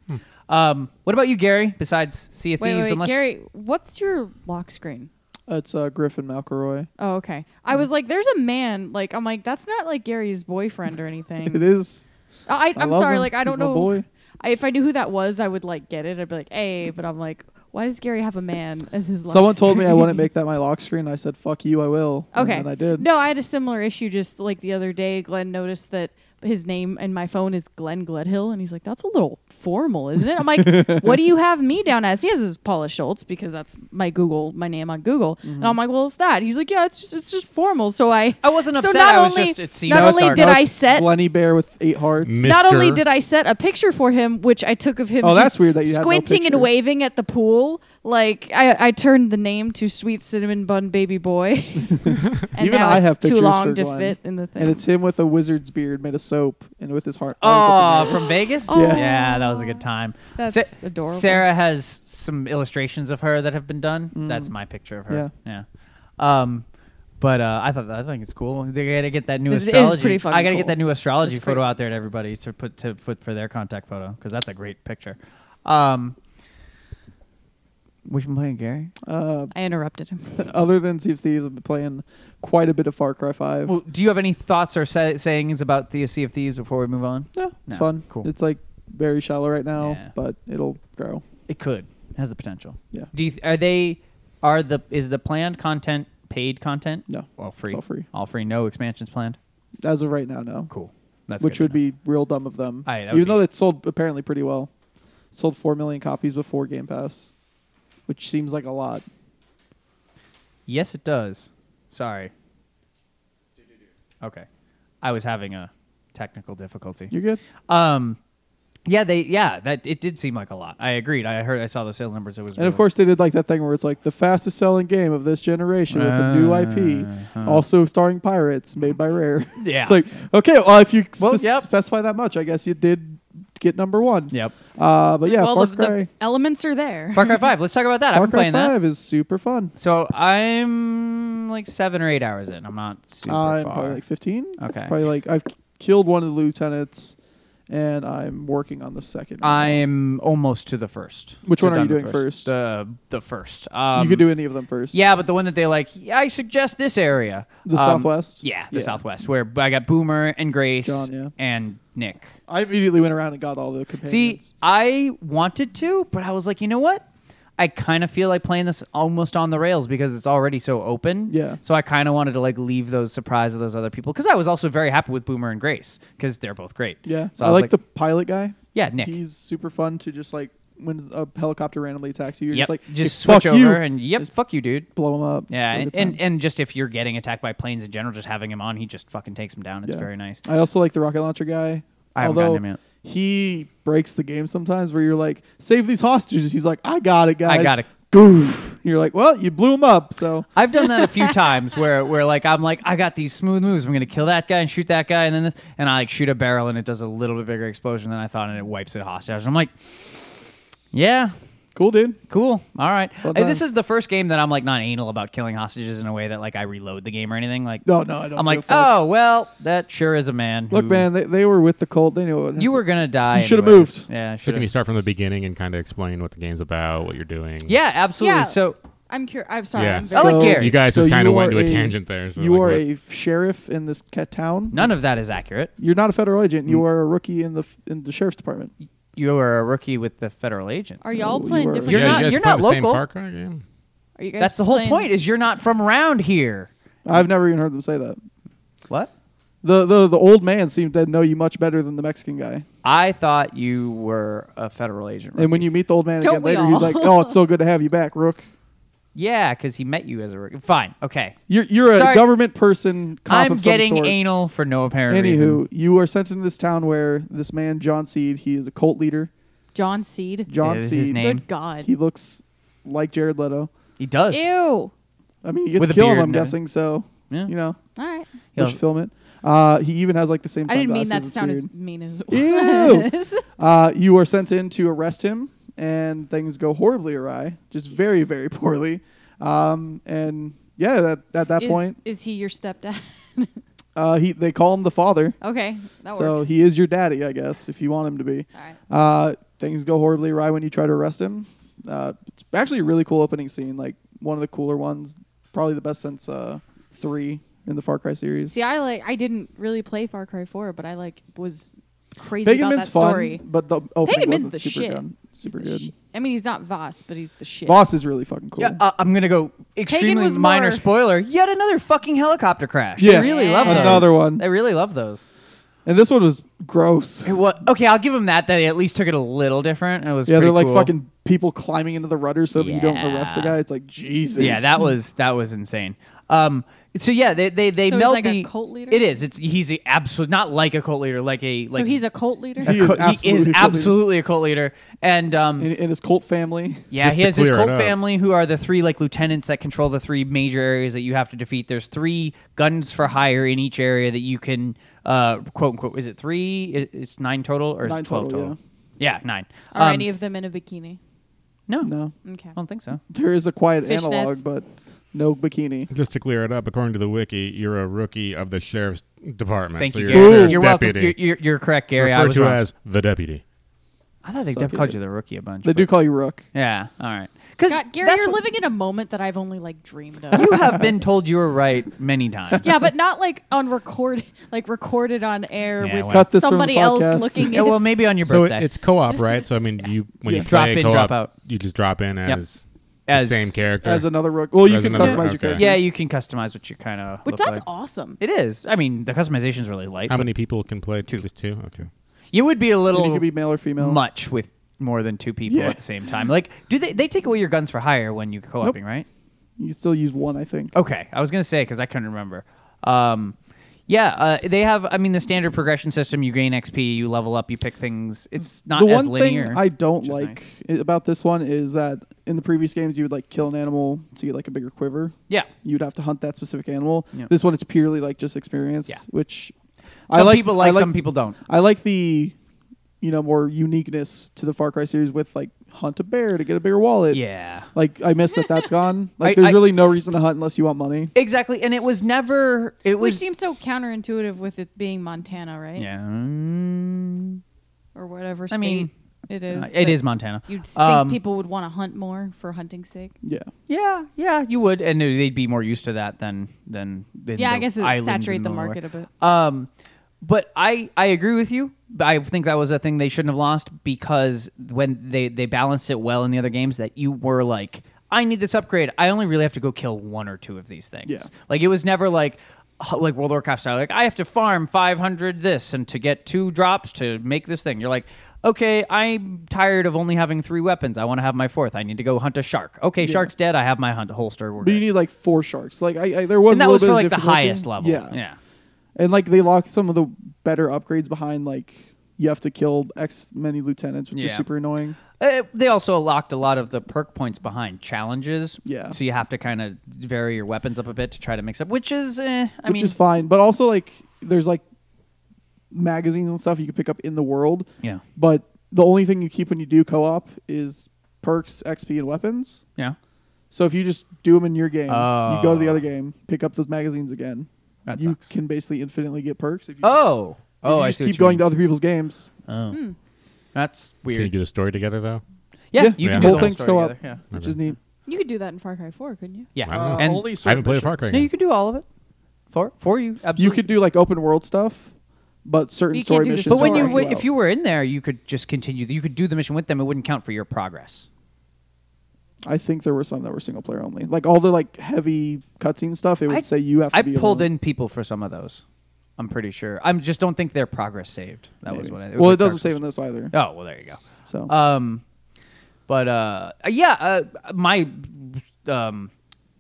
A: um, what about you, Gary? Besides Sea of
D: Wait,
A: Thieves,
D: wait, wait
A: unless
D: Gary, what's your lock screen?
C: It's uh, Griffin McElroy.
D: Oh, okay. I was like, there's a man. Like, I'm like, that's not like Gary's boyfriend or
C: It
D: anything.
C: is.
D: I,
C: I
D: I'm
C: love
D: sorry.
C: him.
D: Like, I
C: He's
D: don't
C: my
D: know.
C: boy.
D: I, if I knew who that was, I would like get it. I'd be like, hey, but I'm like, why does Gary have a man as his? Lock
C: Someone told me I
D: screen?
C: wouldn't make that my lock screen. I said, "Fuck you, I will."
D: Okay.
C: and then I did.
D: No, I had a similar issue just like the other day. Glenn noticed that his name in my phone is Glenn Gledhill, and he's like, "That's a little formal, isn't it?" I'm like, "What do you have me down as?" He has his Paula Schultz because that's my Google, my name on Google,
C: Mm-hmm.
D: and I'm like, "Well, it's that." He's like, "Yeah, it's just it's just formal." So I
A: I wasn't
D: so
A: upset,
D: Not
A: I was
D: only,
A: just- it seemed
D: not
A: Now
D: only
A: it's-
D: did
A: now
D: I
C: it's
D: set
C: Lenny Bear with eight hearts.
B: Mi-
D: not
B: Mr.
D: only did I set a picture for him, which I took of him
C: Oh,
D: just
C: that's weird that you had no
D: squinting
C: picture.
D: and waving at the pool. Like I, I turned the name to Sweet Cinnamon Bun Baby Boy. and
C: Even
D: now
C: I
D: it's
C: have
D: too
C: pictures
D: long
C: for
D: to
C: Glenn.
D: fit in the thing.
C: and it's him with a wizard's beard made of soap and with his heart.
A: Oh, from Vegas?
C: Yeah.
A: that was a good time.
D: That's adorable.
A: Sarah has some illustrations of her that have been done. That's my picture of her. Mm. Yeah. Um, but uh, I thought I think it's cool. They gotta get that new
D: It's- it is
A: astrology.
D: pretty fucking
A: I gotta
D: cool.
A: get that new astrology
D: It's
A: photo
D: pretty-
A: out there to everybody to put to put for their contact photo because that's a great picture. Um, which one playing, Gary?
C: Uh,
D: I interrupted him.
C: other than Sea of Thieves, I've been playing quite a bit of Far Cry Five.
A: Well, do you have any thoughts or say, sayings about the Sea of Thieves before we move on?
C: yeah,
A: no,
C: it's fun.
A: cool.
C: It's like very shallow right now,
A: Yeah.
C: but it'll grow.
A: It could It has the potential.
C: Yeah.
A: Do you th- are they are the is the planned content paid content?
C: No,
A: All free.
C: it's all free
A: All free. No expansions planned.
C: as of right now. No,
A: Cool. That's
C: which
A: good
C: would
A: to know.
C: be real dumb of them.
A: Aye, that would
C: Even
A: be-
C: though it sold apparently pretty well, sold four million copies before Game Pass, which seems like a lot.
A: Yes, it does. Sorry. Okay. I was having a technical difficulty.
C: You're good.
A: Um. Yeah, they. Yeah, that it did seem like a lot. I agreed. I heard. I saw the sales numbers. It was.
C: And of course, they did like that thing where it's like the fastest selling game of this generation with a new IP,
A: Uh-huh.
C: also starring pirates, made by Rare.
A: Yeah.
C: it's like okay, well, if you
A: Well,
C: spec-
A: yep.
C: specify that much, I guess you did get number one.
A: Yep.
C: Uh, but yeah,
D: well,
C: Far
D: the,
C: Cry.
D: the elements are there.
A: Far Cry Five. Let's talk about that.
C: Far
A: I've been
C: Cry
A: playing that.
C: Five is super fun.
A: So I'm like seven or eight hours in. I'm not super
C: I'm
A: far.
C: probably like 15.
A: Okay.
C: Probably like I've killed one of the lieutenants, and I'm working on the second. one.
A: I'm almost to the first.
C: Which
A: To
C: one are you
A: done with
C: doing first?
A: The the first. Um,
C: you could do any of them first.
A: Yeah, but the one that they like. Yeah, I suggest this area.
C: The
A: Um,
C: Southwest?
A: Yeah, the
C: Yeah.
A: Southwest, where I got Boomer and Grace
C: John, yeah.
A: and Nick.
C: I immediately went around and got all the companions.
A: See, I wanted to, but I was like, you know what? I kind of feel like playing this almost on the rails because it's already so open.
C: Yeah.
A: So I kind of wanted to like leave those surprise of those other people because I was also very happy with Boomer and Grace because they're both great.
C: yeah,
A: So
C: I,
A: was
C: like, the pilot guy.
A: yeah Nick.
C: He's super fun to just like when a helicopter randomly attacks you. You're
A: yep.
C: just like
A: just
C: "Hey, fuck
A: switch over
C: you,"
A: and yep,
C: Just
A: fuck you, dude.
C: blow him up.
A: Yeah,
C: It's a
A: and,
C: good
A: and
C: time.
A: and just if you're getting attacked by planes in general, just having him on, he just fucking takes him down. It's
C: Yeah.
A: very nice.
C: I also like the rocket launcher guy.
A: I haven't gotten
C: Although
A: him yet.
C: he breaks the game sometimes, where you're like, save these hostages. He's like, I got it, guys.
A: I got it.
C: Goof. You're like, well, you blew him up, so
A: I've done that a few times where where like I'm like I got these smooth moves. I'm gonna kill that guy and shoot that guy and then this and I like shoot a barrel and it does a little bit bigger explosion than I thought and it wipes it hostage. I'm like, yeah,
C: cool, dude.
A: cool, all right.
C: Well
A: And this
C: done.
A: is the first game that I'm like not anal about killing hostages in a way that like I reload the game or anything. Like
C: No, no, I don't.
A: I'm like,
C: give a fuck.
A: oh well, that sure is a man.
C: look,
A: who-
C: man, they, they were with the cult. They knew it.
A: you were gonna die.
C: You should've
A: anyways."
C: moved.
A: Yeah,
B: So
A: should
B: can
A: have.
B: you start from the beginning and kind of explain what the game's about, what you're doing?
A: yeah, absolutely.
D: Yeah.
A: So
D: I'm cur- I'm sorry.
B: Yeah.
D: I'm
A: I like
D: very-
A: Gary.
B: You guys
C: So
B: just kind
C: you
B: of went
C: are
B: to a,
C: a-
B: tangent there. So
C: you
B: like,
C: are
B: what-
C: a sheriff in this ca- town.
A: none of that is accurate.
C: You're not a federal agent.
A: Mm.
C: You are a rookie in the f- in the sheriff's department.
A: You are a rookie with the federal agents.
D: Are y'all
C: So
D: playing
C: you are-
D: different?
A: You're
B: yeah,
A: not-
B: you guys
A: you're
B: played
A: not
B: the Same
A: local.
B: Far Cry game?
D: Are you guys
A: That's the whole
D: playing-
A: point. Is you're not from around here.
C: I've never even heard them say that.
A: What?
C: The the the old man seemed to know you much better than the Mexican guy.
A: I thought you were a federal agent.
C: And when you meet the old man
D: Don't
C: again
D: we
C: later,
D: all?
C: he's like, "Oh, it's so good to have you back, Rook."
A: Yeah, because he met you as a rookie. Fine. Okay.
C: You're you're a
A: Sorry.
C: government person. Cop
A: I'm
C: of some
A: getting
C: sort.
A: anal for no apparent
C: Anywho,
A: reason.
C: you are sent into this town where this man John Seed, he is a cult leader.
D: John Seed.
A: Yeah,
C: John
A: this is
C: Seed,
A: his name.
D: Good God.
C: he looks like Jared Leto.
A: He does.
D: Ew.
C: I mean, he gets
A: With a
C: killed.
A: beard
C: I'm
A: and everything.
C: guessing so.
A: Yeah.
C: You know,
D: All right.
A: He
C: just
A: also-
C: film it. Uh, he even has like the same.
D: I didn't mean that to
C: sunglasses.
D: sound
C: It's
D: as mean as
C: weird. Ew. uh, you are sent in to arrest him, and things go horribly awry, just very, very poorly. Um, and yeah, that, at that
D: is,
C: point,
D: Is he your stepdad?
C: uh, he they call him the father.
D: okay. That
C: so
D: works.
C: he is your daddy, I guess, if you want him to be.
D: All right.
C: Uh, things go horribly awry when you try to arrest him. Uh, it's actually a really cool opening scene, like one of the cooler ones, probably the best since uh, three in the Far Cry series.
D: See, I like I didn't really play Far Cry 4, but I like was crazy
C: Pagan
D: about
C: Min's
D: that
C: fun,
D: story.
C: but the opening
D: Pagan Min's
C: wasn't
D: the
C: super
D: shit.
C: good.
D: He's
C: Super
D: the
C: good.
D: shi- I mean, he's not Voss, but he's the shit.
C: Boss is really fucking cool.
A: Yeah, uh, I'm gonna go extremely
D: was
A: minor
D: more-
A: spoiler. Yet another fucking helicopter crash.
C: Yeah.
A: I really love those.
C: Another one.
A: I really love those.
C: and this one was gross.
A: It wa- okay, I'll give him that. That they at least took it a little different. It was
C: Yeah, they're
A: pretty
C: like
A: cool.
C: fucking people climbing into the rudder so that you don't
A: Yeah.
C: arrest the guy. It's like Jesus.
A: Yeah, that was that was insane. Um, so yeah, they they they
D: So he's
A: meld
D: like a
A: the
D: cult leader?
A: It is. It's he's a absolute not like a cult leader, like a like
D: so he's a cult leader.
C: He
A: co-
C: is
A: he is
C: absolutely a cult leader.
A: absolutely a cult leader, and um,
C: in, in his cult family.
A: Yeah,
B: Just
A: he
B: to
A: has his
B: clear it
A: cult
B: up.
A: family who are the three like lieutenants that control the three major areas that you have to defeat. There's three guns for hire in each area that you can uh, quote unquote. Is it three? I- It's nine total or is
C: Nine
A: it twelve
C: total,
A: total? Yeah, nine.
D: Are
A: Um,
D: any of them in a bikini?
A: no,
C: No,
D: Okay.
A: I don't think so.
C: there is a quiet
D: Fishnets.
C: analog, but no bikini.
B: Just to clear it up, according to the wiki, you're a rookie of the sheriff's department.
A: Thank
B: so
A: you,
B: you're
A: Gary.
B: a
C: Ooh.
B: sheriff's
A: You're welcome.
B: deputy.
A: You're, you're, you're correct, Gary. I
B: referred
A: was
B: to
A: wrong.
B: as the deputy.
A: I thought they
C: Suck
A: have
C: it.
A: called you the rookie a bunch.
C: They do
A: but-
C: call you Rook.
A: Yeah. All right. Because
D: God, Gary, you're living in a moment that I've only like dreamed of.
A: You have been told you were right many times.
D: yeah, but not like on record, like recorded on air
A: Yeah,
B: Oh,
D: with
A: well.
C: Cut this from the
D: somebody else
C: podcast.
D: looking.
A: Yeah,
D: at
A: well, maybe on your
B: So it-
A: birthday.
B: it's co-op, right? So I mean, you when
C: Yeah.
B: you play
A: Drop in,
B: co-op,
A: drop out.
B: you just drop in
A: Yep.
B: as,
A: As-
B: the same character.
C: As another Rook. Well, you
B: As
C: can
B: another-
C: customize your
B: okay.
C: character.
A: yeah, you can customize what you kind of.
D: which
A: like.
D: that's awesome.
A: It is. I mean, the customization's really light.
B: How
A: but
B: many people can play? Two. Just two. Okay.
A: You would be a
C: And you
A: little
C: can be male or female.
A: much with more than two people
C: Yeah.
A: at the same time. Like, do they they take away your guns for hire when you're co-oping, right?
C: You can still use one, I think.
A: Okay, I was gonna say because I couldn't remember. Um, yeah, uh, they have. I mean, the standard progression system: you gain XP, you level up, you pick things. It's not
C: the
A: as
C: one
A: linear.
C: thing I don't
A: which is
C: like
A: nice.
C: i- about this one is that in the previous games you would like kill an animal to get like a bigger quiver.
A: Yeah.
C: You'd have to hunt that specific animal.
A: Yeah.
C: This one it's purely like just experience,
A: Yeah.
C: which
A: Some
C: I like
A: people like,
C: I like
A: some people don't.
C: I like the you know more uniqueness to the Far Cry series with like hunt a bear to get a bigger wallet.
A: Yeah.
C: Like I miss that that's gone. Like
A: I-
C: there's
A: I-
C: really no reason to hunt unless you want money.
A: Exactly, and it was never. It
D: Which
A: was.
D: seems so counterintuitive with it being Montana, right?
A: yeah.
D: Or whatever state
A: I mean, uh,
D: it is.
A: It
D: that
A: is Montana.
D: You'd s- think
A: Um,
D: people would want to hunt more for hunting's sake.
C: Yeah.
A: Yeah, yeah, you would, and they'd be more used to that than than. than
D: Yeah, I
A: the
D: guess it would
A: islands
D: saturate
A: in
D: the
A: lower.
D: market a bit.
A: Um, but I I agree with you. But I think that was a thing they shouldn't have lost because when they they balanced it well in the other games, that you were like, I need this upgrade. I only really have to go kill one or two of these things.
C: Yeah.
A: Like it was never like h- like World of Warcraft style. Like I have to farm 500 this and to get two drops to make this thing. You're like. Okay, I'm tired of only having three weapons. I want to have my fourth. I need to go hunt a shark. Okay, shark's dead. I have my hunt holster. We're
C: But you
A: good.
C: need like four sharks. Like I, I there was
A: and
C: a
A: that
C: little
A: was
C: bit
A: for
C: of
A: like the
C: difficulty.
A: highest level.
C: Yeah.
A: yeah.
C: And like they lock some of the better upgrades behind like you have to kill X many lieutenants, which is
A: Yeah.
C: super annoying.
A: Uh, they also locked a lot of the perk points behind challenges.
C: Yeah.
A: So you have to kind of vary your weapons up a bit to try to mix up, which is, eh, I
C: which
A: mean,
C: is fine. But also like there's like magazines and stuff you can pick up in the world.
A: yeah,
C: But the only thing you keep when you do co op is perks, XP, and weapons.
A: yeah,
C: So if you just do them in your game, you go to the
A: Oh.
C: other game, pick up those magazines again.
A: that
C: you
A: sucks.
C: can basically infinitely get perks if you,
A: oh,
C: if you
A: oh, I
C: just
A: see.
C: keep going to other people's games.
A: to. Oh. That's
B: Can you
A: weird.
B: do the story together though?
A: yeah,
C: Yeah.
A: you
B: Yeah.
A: can do
B: Whole
A: the whole
C: things go
A: story
C: up.
A: together. Yeah, Mm-hmm.
C: Which
B: Okay.
C: is neat.
D: You could do that in Far Cry 4, couldn't you?
A: yeah,
B: I don't know.
A: and
C: Uh, only
B: I haven't
C: certain
B: played a
C: missions.
B: Far Cry.
A: no,
B: game.
A: you can do all of it. For for you,
C: You
A: absolutely.
C: could do like open world stuff, but certain
D: You can't
C: story
D: do the
C: missions.
A: but when
D: story.
A: you
C: don't
A: w-
C: count.
A: if you were in there, you could just continue. You could do the mission with them. It wouldn't count for your progress.
C: I think there were some that were single player only. Like all the like heavy cutscene stuff, it would
A: I-
C: say you have to
A: I
C: be
A: pulled
C: alone.
A: in people for some of those. I'm pretty sure. I am just don't think their progress saved. That was
C: Maybe.
A: what I. was
C: well,
A: like
C: it doesn't
A: Dark
C: save
A: Souls. Uh,
C: in this either.
A: Oh Um, well, there you go.
C: So
A: Um, but uh, yeah, uh, my um,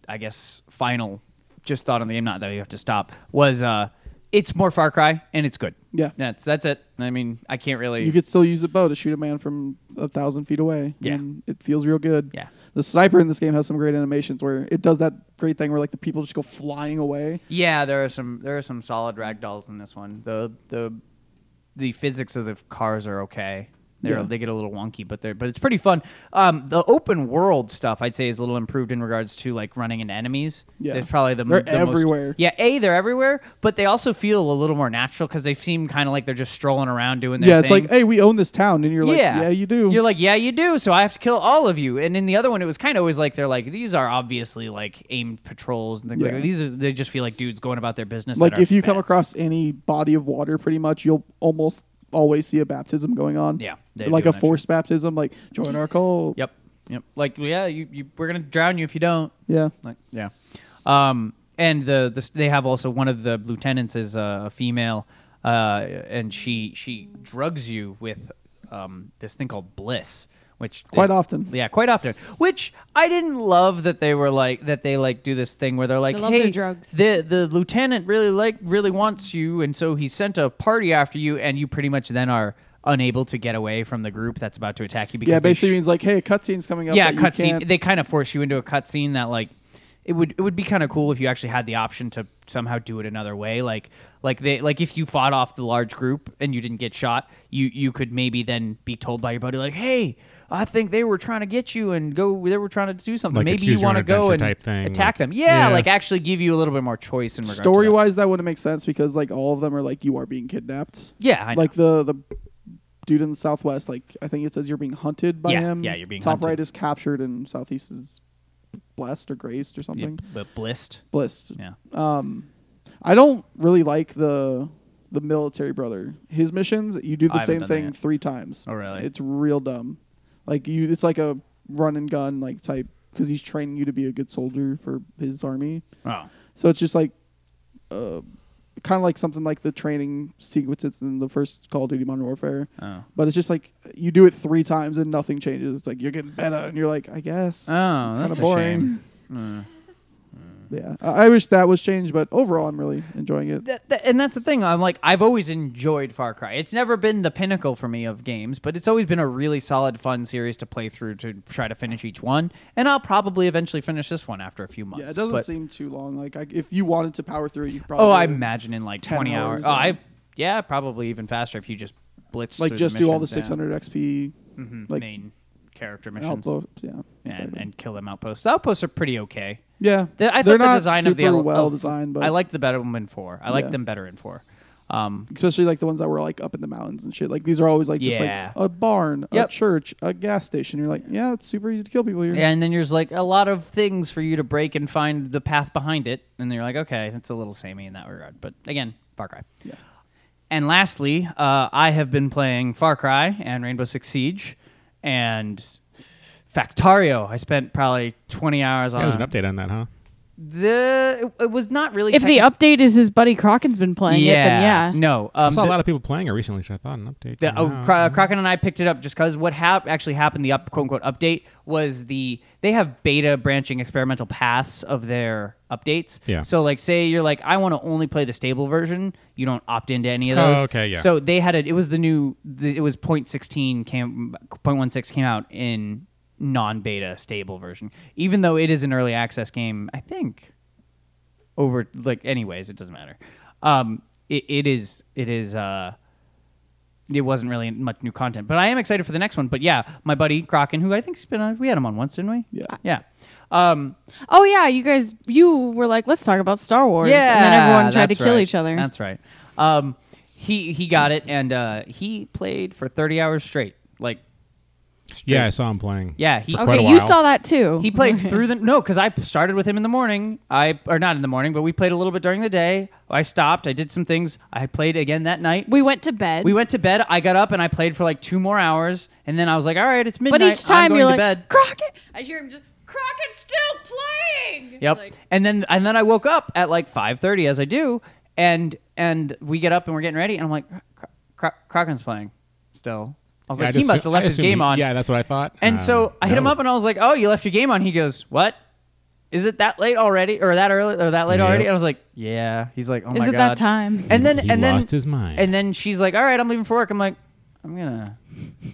A: I guess, final just thought on the game, not that you have to stop, was uh, it's more Far Cry and it's good.
C: Yeah.
A: That's that's it. I mean, I can't really.
C: You could still use a bow to shoot a man from a thousand feet away.
A: Yeah.
C: and it feels real good.
A: Yeah.
C: the sniper in this game has some great animations where it does that great thing where like the people just go flying away.
A: yeah, there are some there are some solid ragdolls in this one. The the the physics of the cars are okay. They're,
C: Yeah.
A: They get a little wonky, but they're but it's pretty fun. Um, the open world stuff I'd say is a little improved in regards to like running into enemies.
C: Yeah.
A: that's probably the m-
C: They're
A: the most-
C: everywhere.
A: yeah, a they're everywhere, but they also feel a little more natural because they seem kind of like they're just strolling around doing their
C: yeah, it's
A: thing.
C: like hey, we own this town, and you're like yeah, you do.
A: You're like, yeah, you do. So I have to kill all of you. And in the other one, it was kind of always like they're like these are obviously like aimed patrols and things like
C: Yeah.
A: that. These are they just feel like dudes going about their business.
C: like
A: that
C: if
A: are
C: you come
A: bad.
C: across any body of water, pretty much you'll almost always see a baptism going on.
A: Yeah, they
C: like
A: do
C: a
A: that
C: forced baptism. Like join our cult.
A: Yep. Yep. Like yeah, you, you we're gonna drown you if you don't.
C: Yeah.
A: Like yeah. Um, and the, the they have also one of the lieutenants is uh, a female, uh, and she she drugs you with um, this thing called bliss, which
C: Quite
A: is-
C: often.
A: Yeah, quite often. Which I didn't love that they were like that they like do this thing where they're like,
D: They love
A: hey,
D: their drugs."
A: the the lieutenant really like really wants you, and so he sent a party after you, and you pretty much then are unable to get away from the group that's about to attack you because
C: Yeah,
A: they
C: basically
A: sh-
C: means like hey, a cutscene's coming up.
A: yeah,
C: that you
A: cutscene.
C: can't-
A: They kind of force you into a cutscene that like it would it would be kind of cool if you actually had the option to somehow do it another way. Like like they like if you fought off the large group and you didn't get shot, you you could maybe then be told by your buddy like, hey. I think they were trying to get you and go. They were trying to do something.
B: Like a
A: Maybe
B: choose
A: you
B: your
A: want to
B: own
A: go
B: adventure
A: and
B: type thing,
A: attack
B: like-
A: them. Yeah,
B: Yeah.
A: like actually give you a little bit more choice in regard to that.
C: Story wise, that wouldn't make sense because like all of them are like you are being kidnapped.
A: Yeah, I know.
C: like the the dude in the southwest. Like I think it says you're being hunted by
A: Yeah,
C: him.
A: yeah, you're being
C: top
A: hunted.
C: right is captured and southeast is blessed or graced or
A: yeah,
C: something.
A: but blissed.
C: Blessed.
A: Yeah,
C: I don't really like the the military brother. His missions, you do
A: I
C: the
A: haven't
C: same
A: done
C: thing
A: that.
C: three times.
A: Oh, really?
C: It's real dumb. Like you, it's like a run and gun like type because he's training you to be a good soldier for his army.
A: oh,
C: So it's just like, uh, kind of like something like the training sequences in the first Call of Duty Modern Warfare.
A: oh,
C: But it's just like you do it three times and nothing changes. It's like you're getting better, and you're like, I guess.
A: oh. That's
C: it's kind
A: a
C: of boring.
A: shame. Mm.
C: Yeah, I-, I wish that was changed, but overall, I'm really enjoying it.
A: that, that- and that's the thing. I'm like, I've always enjoyed Far Cry. It's never been the pinnacle for me of games, but it's always been a really solid, fun series to play through to try to finish each one. And I'll probably eventually finish this one after a few months.
C: Yeah, it doesn't
A: but-
C: seem too long. Like, I, if you wanted to power through, it, you could probably.
A: Oh, I imagine in like
C: 10
A: 20 hours.
C: hours,
A: Oh,
C: yeah.
A: I yeah, probably even faster if you just blitz
C: like
A: through
C: just do all the
A: missions, yeah.
C: 600 XP
A: Mhm,
C: like-
A: main character
C: and
A: missions
C: outposts. Yeah,
A: and,
C: exactly.
A: and kill them outposts. The outposts are pretty okay.
C: yeah,
A: The, I
C: they're
A: thought the
C: not
A: design
C: super
A: of the out-
C: well
A: of-
C: designed, but
A: I liked the better one in four. I liked
C: Yeah.
A: them better in four. Um,
C: especially like the ones that were like up in the mountains and shit. Like these are always like just
A: Yeah.
C: like a barn,
A: Yep.
C: a church, a gas station. You're like, yeah, it's super easy to kill people here.
A: Yeah, and then there's like a lot of things for you to break and find the path behind it, and you're like, okay, it's a little samey in that regard. But again, Far Cry.
C: Yeah.
A: And lastly, uh, I have been playing Far Cry and Rainbow Six Siege, and Factario. I spent probably 20 hours on.
B: Yeah, there's an update on that,
A: Um,
B: huh?
A: The it was not really
D: If the
A: technic-
D: update is his buddy Crocken's been playing it, then yeah.
A: no.
B: I
A: Um,
B: saw
A: the-
B: a lot of people playing it recently, so I thought an update.
A: The,
B: came
A: oh,
B: out.
A: Cro- uh, Kraken and I picked it up just because what hap- actually happened, the up, quote unquote update, was the they have beta branching experimental paths of their updates.
B: Yeah.
A: So, like, say you're like, I want to only play the stable version, you don't opt into any of
B: Oh,
A: those.
B: okay, yeah.
A: So, they had a, it was the new, the, it was 0.16 came, 0.16 came out in non beta stable version, even though it is an early access game, I think over like anyways it doesn't matter um it, it is it is uh it wasn't really much new content but i am excited for the next one but yeah my buddy Kraken, who i think has been on we had him on once didn't we
C: Yeah.
A: yeah um
D: Oh yeah, you guys, you were like, let's talk about Star Wars,
A: yeah
D: and then everyone tried to
A: that's
D: kill
A: right.
D: each other.
A: that's right um he he got it and uh he played for 30 hours straight like
B: yeah, I saw him playing.
A: yeah he
B: For quite
D: okay,
B: a
D: you
B: while.
D: saw that too.
A: He played through the no, because I started with him in the morning. I or not in the morning, but we played a little bit during the day. I stopped. I did some things. I played again that night.
D: we went to bed.
A: We went to bed. I got up and I played for like two more hours, and then I was like, "All right, it's midnight.
D: but each
A: I'm
D: time
A: going
D: you're
A: to
D: like,
A: bed."
D: Crockett. I hear him just Crockett's still playing.
A: Yep.
D: Like,
A: and then and then I woke up at like 5:30 as I do, and and we get up and we're getting ready, and I'm like, "Cro- Cro- "Kraken's playing still." I was
B: Yeah, I
A: like, "He
B: just-
A: must have
B: I
A: left his
B: assumed
A: game
B: he-
A: on."
B: Yeah, that's what I thought.
A: And so
B: Um,
A: I hit him
B: no.
A: up and I was like, "Oh, you left your game on." He goes, "What?" is it that late already or that early or that late
B: Yep.
A: already? And I was like, yeah. He's like, oh
D: Is
A: my
D: it
A: god.
D: that time?
A: And then
B: He
A: and then
B: lost his mind.
A: And then she's like, all right, I'm leaving for work. I'm like, I'm gonna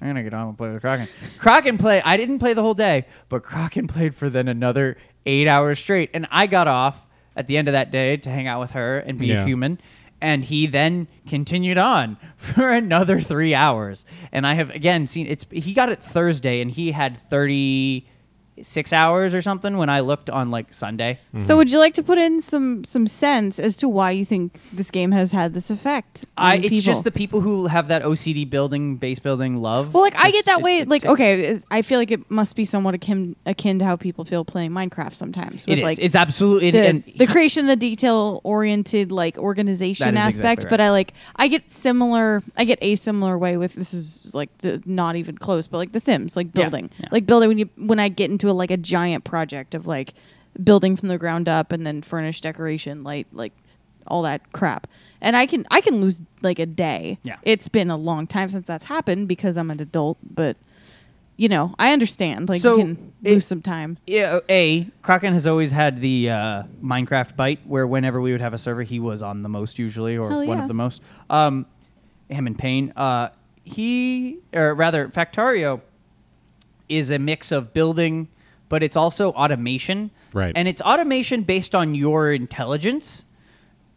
A: I'm gonna get on and play with Kraken. Kraken play. I didn't play the whole day, but Kraken played for then another eight hours straight, and I got off at the end of that day to hang out with her and be
B: Yeah.
A: a human. And he then continued on for another three hours. And I have again seen it's he got it Thursday and he had thirty six hours or something when I looked on like Sunday.
B: Mm-hmm.
D: So would you like to put in some some sense as to why you think this game has had this effect?
A: I
D: on
A: it's
D: people?
A: just the people who have that OCD building base building love.
D: Well, like I
A: Just-
D: get that
A: it-
D: way.
A: it
D: like,
A: takes-
D: okay, it's- I feel like it must be somewhat akin akin to how people feel playing Minecraft sometimes.
A: It
D: with,
A: is.
D: Like,
A: it's absolutely it,
D: the,
A: and
D: the creation, the detail oriented like organization
A: That is
D: aspect.
A: exactly
D: But
A: right.
D: I like I get similar. I get a similar way with this is like the, not even close, but like The Sims, like
A: Yeah,
D: building,
A: yeah.
D: like building when you when I get into a, like a giant project of like building from the ground up and then furnish decoration, light, like all that crap. And I can I can lose like a day.
A: Yeah.
D: it's been a long time since that's happened because I'm an adult, but. You know, I understand. Like
A: So
D: you can
A: it-
D: lose some time.
A: yeah, uh, a Kraken has always had the uh, Minecraft bite, where whenever we would have a server, he was on the most usually, or
D: Hell
A: one
D: yeah.
A: of the most. Um, him and Payne. Uh, he, or rather, Factario is a mix of building, but it's also automation.
B: Right.
A: And it's automation based on your intelligence,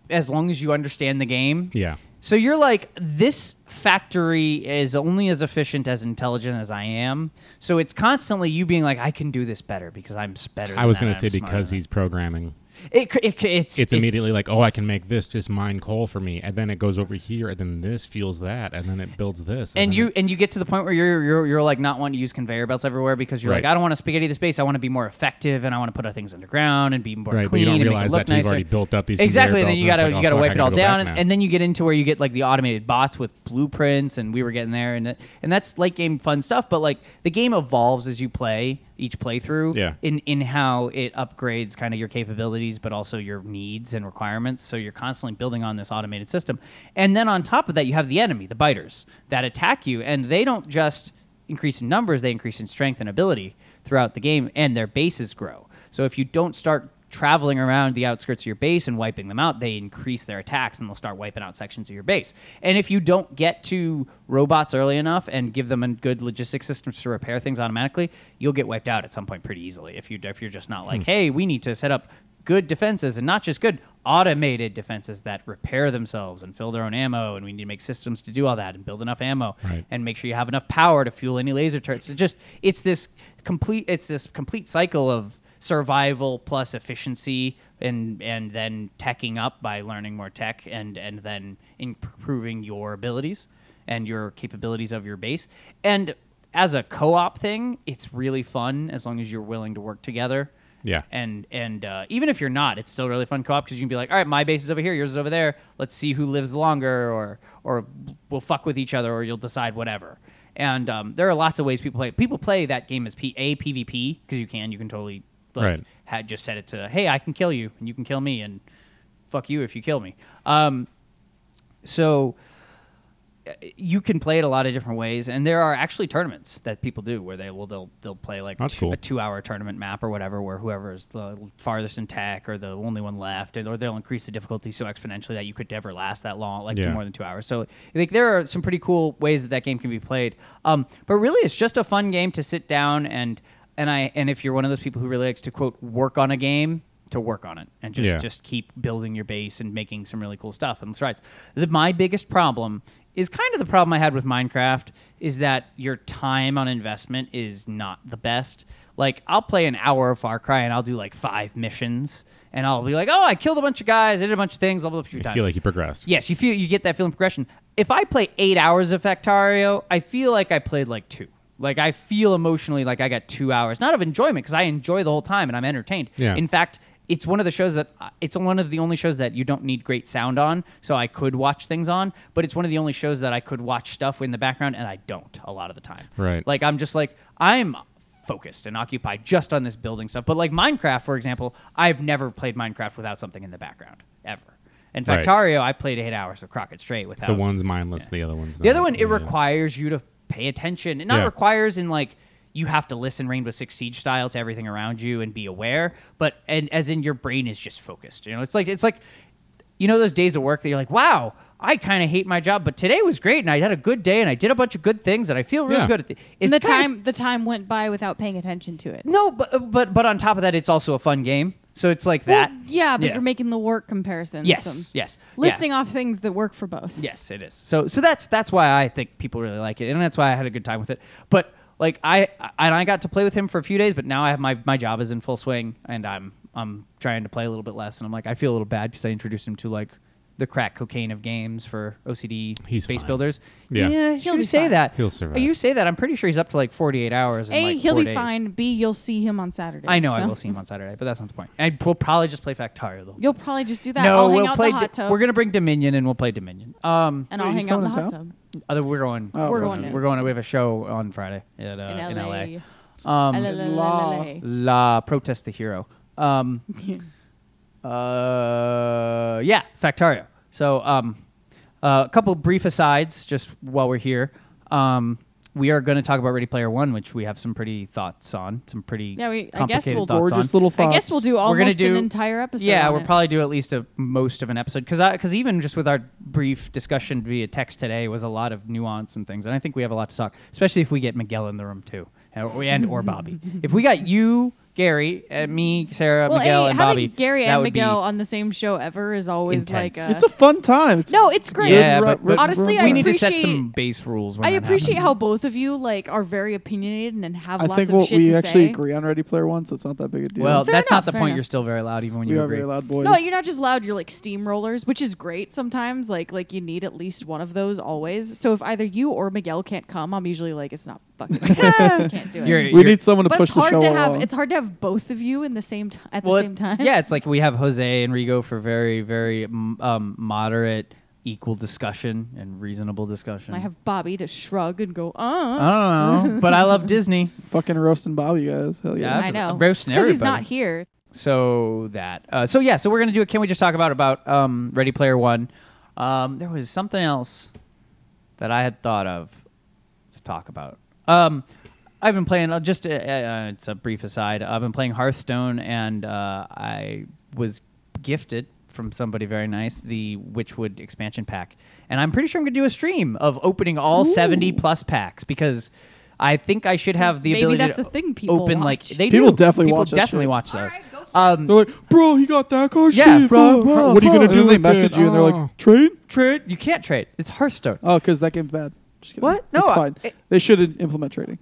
A: as long as you understand the game.
B: Yeah.
A: So you're like, this factory is only as efficient as intelligent as I am. So it's constantly you being like, I can do this better because I'm s- better.
B: I was
A: going
B: gonna
A: to
B: say because he's programming.
A: It, c- it, c- it's,
B: It's, immediately like, oh, I can make this just mine coal for me, and then it goes over here, and then this fuels that, and then it builds this,
A: And
B: then
A: you
B: it-
A: and you get to the point where you're you're, you're like not wanting to use conveyor belts everywhere because you're like
B: Right.
A: I don't want to spaghetti the space I want to be more effective and I want to put our things underground and be more
B: Right, but
A: clean
B: you don't
A: and make
B: realize
A: it
B: that
A: look
B: till you've
A: nicer.
B: already built up these
A: exactly.
B: conveyor
A: then you
B: belts, and it's
A: gotta
B: like,
A: you
B: oh,
A: gotta
B: fuck, I
A: wipe it
B: gotta
A: all
B: go back
A: down
B: now.
A: and, then you get into where you get like the automated bots with blueprints and we were getting there and it- and that's late game fun stuff but like the game evolves as you play each playthrough
B: Yeah.
A: in in how it upgrades kind of your capabilities but also your needs and requirements so you're constantly building on this automated system and then on top of that you have the enemy the biters that attack you and they don't just increase in numbers they increase in strength and ability throughout the game and their bases grow so if you don't start traveling around the outskirts of your base and wiping them out, they increase their attacks and they'll start wiping out sections of your base. And if you don't get to robots early enough and give them a good logistics systems to repair things automatically, you'll get wiped out at some point pretty easily. If you if you're just not like, hey, we need to set up good defenses and not just good automated defenses that repair themselves and fill their own ammo and we need to make systems to do all that and build enough ammo
B: Right.
A: and make sure you have enough power to fuel any laser turrets. It just it's this complete it's this complete cycle of survival plus efficiency and and then teching up by learning more tech and and then improving your abilities and your capabilities of your base. And as a co-op thing, it's really fun as long as you're willing to work together.
B: Yeah.
A: And and uh, even if you're not, it's still really fun co-op because you can be like, all right, my base is over here, yours is over there. Let's see who lives longer, or or we'll fuck with each other, or you'll decide whatever. And um, there are lots of ways people play. it. People play that game as P- a PvP because you can. You can totally like
B: Right.
A: ha- just set it to, hey, I can kill you, and you can kill me, and fuck you if you kill me. Um, so uh, you can play it a lot of different ways, and there are actually tournaments that people do where they will they'll they'll play like
B: That's
A: two-
B: cool.
A: a two-hour tournament map or whatever, where whoever is the farthest in tech or the only one left, and- or they'll increase the difficulty so exponentially that you could never last that long, like
B: Yeah.
A: to more than two hours. So like there are some pretty cool ways that that game can be played. Um, but really, it's just a fun game to sit down and and I and if you're one of those people who really likes to quote work on a game. To work on it and just,
B: Yeah.
A: just keep building your base and making some really cool stuff and strides. The, my biggest problem is kind of the problem I had with Minecraft is that your time on investment is not the best. Like I'll play an hour of Far Cry and I'll do like five missions and I'll be like, oh, I killed a bunch of guys, I did a bunch of things, leveled up a few
B: I
A: times.
B: feel like you progressed.
A: Yes, you feel you get that feeling of progression. If I play eight hours of Factario, I feel like I played like two. Like I feel emotionally like I got two hours, not of enjoyment because I enjoy the whole time and I'm entertained.
B: Yeah.
A: In fact, it's one of the shows that uh, it's one of the only shows that you don't need great sound on, so I could watch things on. But it's one of the only shows that I could watch stuff in the background and I don't a lot of the time.
B: Right.
A: Like I'm just like I'm focused and occupied just on this building stuff. But like Minecraft, for example, I've never played Minecraft without something in the background ever. In
B: Right.
A: fact, Mario, I played eight hours of Crockett straight without.
B: So one's mindless, the other one's
A: the other
B: not.
A: one, it
B: Yeah.
A: requires you to pay attention. It not
B: Yeah.
A: requires in like you have to listen Rainbow Six Siege style to everything around you and be aware. But and as in your brain is just focused. You know, it's like it's like you know those days of work that you're like, wow, I kind of hate my job, but today was great and I had a good day and I did a bunch of good things and I feel really
B: Yeah.
A: good at the. It
D: and the
A: kinda-
D: time the time went by without paying attention to it.
A: no, but but but on top of that, it's also a fun game. So it's like that.
D: Well, yeah, but
A: Yeah.
D: you're making the work comparisons.
A: Yes, yes, yeah.
D: Listing off things that work for both.
A: Yes, it is. So so that's that's why I think people really like it, and that's why I had a good time with it. But like I I- and I got to play with him for a few days, but now I have my my job is in full swing, and I'm I'm trying to play a little bit less, and I'm like I feel a little bad because I introduced him to like the crack cocaine of games for OCD
B: He's
A: space
B: fine.
A: builders.
B: Yeah.
D: He'll
A: you
D: be
A: say
D: fine.
A: that Uh,
B: He'll survive.
A: You say that. I'm pretty sure he's up to like 48 hours. in,
D: A,
A: like,
D: he'll
A: four
D: be
A: days.
D: fine. B, you'll see him on Saturday.
A: I know I
D: so-
A: will see him on Saturday, but that's not the point. I will probably just play Factorio. The whole
D: You'll probably just do that.
A: no,
D: I'll hang
A: we'll
D: out
A: play.
D: the hot tub.
A: We're gonna bring Dominion, and we'll play Dominion. Um,
D: and
C: Wait,
D: I'll
C: you
D: hang
C: still
D: out in the
C: in
D: hot
C: town?
D: tub
A: other we're going.
C: Oh,
D: We're going in.
A: We're going. We have a show on Friday at, uh,
D: in LA.
A: in LA.
D: La,
A: Um,
D: la, la,
C: law.
D: la, la.
A: La protest the hero. Um, uh, yeah, Factario. So, um, uh, a couple brief asides just while we're here. Um, we are going to talk about Ready Player One, which we have some pretty thoughts on. Some pretty
D: Yeah, we- I guess
A: complicated
D: we'll-
A: thoughts
C: Gorgeous
A: on.
C: little
D: I
C: thoughts.
D: guess we'll do
A: We're gonna
D: almost
A: do-
D: an entire episode.
A: Yeah,
D: on
A: we'll
D: it.
A: probably do at least a most of an episode because because even just with our brief discussion via text today was a lot of nuance and things, and I think we have a lot to talk, especially if we get Miguel in the room too, and or, and, or Bobby. If we got you, Gary, and me, Sarah,
D: Well,
A: Miguel,
D: A,
A: and
D: having
A: Bobby,
D: Gary
A: that
D: and
A: would be-
D: Miguel on the same show ever is always like
A: Intense.
D: a,
C: It's a fun time. It's
D: No, it's great.
A: yeah,
C: Ru-
A: but,
C: ru-
A: but
D: Honestly,
A: we
D: I
A: need to set
D: appreciate-
A: some base rules. When
D: I
A: that
D: appreciate
A: happens.
D: how both of you like are very opinionated and have
C: I
D: lots
C: think
D: of
C: what
D: shit
C: we
D: to
C: actually
D: say.
C: agree on Ready Player One, so it's not that big a deal.
A: Well,
D: Fair
A: that's not
D: enough,
A: the
D: fair
A: point.
D: enough.
A: You're still very loud, even when
C: we
A: you
C: are
A: agree.
C: very loud boys.
D: No, you're not just loud. You're like steamrollers, which is great sometimes. Like like you need at least one of those always. So if either you or Miguel can't come, I'm usually like it's not fucking. I can't do it.
A: You're-
C: We need someone to
D: but
C: push
D: it's
C: the
D: hard
C: show
D: to have.
C: along.
D: It's hard to have both of you in the same t- at
A: Well,
D: the same time.
A: Yeah, it's like we have Jose and Rigo for very, very mm, um, moderate, equal discussion and reasonable discussion.
D: I have Bobby to shrug and go, uh.
A: I don't know, but I love Disney.
C: Fucking roasting Bobby, guys. Hell yeah.
A: Yeah.
D: I know.
A: Roasting
D: because he's not
A: everybody.
D: here.
A: So that. Uh, so yeah. So we're gonna do a. Can we just talk about about um, Ready Player One? Um, there was something else that I had thought of to talk about. Um, I've been playing. Uh, just uh, uh, it's a brief aside. I've been playing Hearthstone, and uh, I was gifted from somebody very nice the Witchwood expansion pack, and I'm pretty sure I'm gonna do a stream of opening all 70 plus packs because. I think I should have the
D: Maybe
A: ability
D: that's
A: to
D: a thing people
A: open like
D: watch.
A: they
C: People
A: do.
C: definitely
A: people
C: watch that
A: definitely
C: shit.
A: watch those. Uh,
C: They're like, bro, he got that car.
A: Yeah,
C: shit,
A: bro,
C: fuck."
A: bro,
C: What are you gonna
B: fuck.
C: do? They
B: Everything.
C: message you and they're
B: Oh.
C: like, trade?
A: Trade? You can't trade. It's Hearthstone.
C: Oh, because that game's bad. Just kidding.
A: What? No,
C: it's
A: I-
C: fine.
A: it-
C: they should implement trading.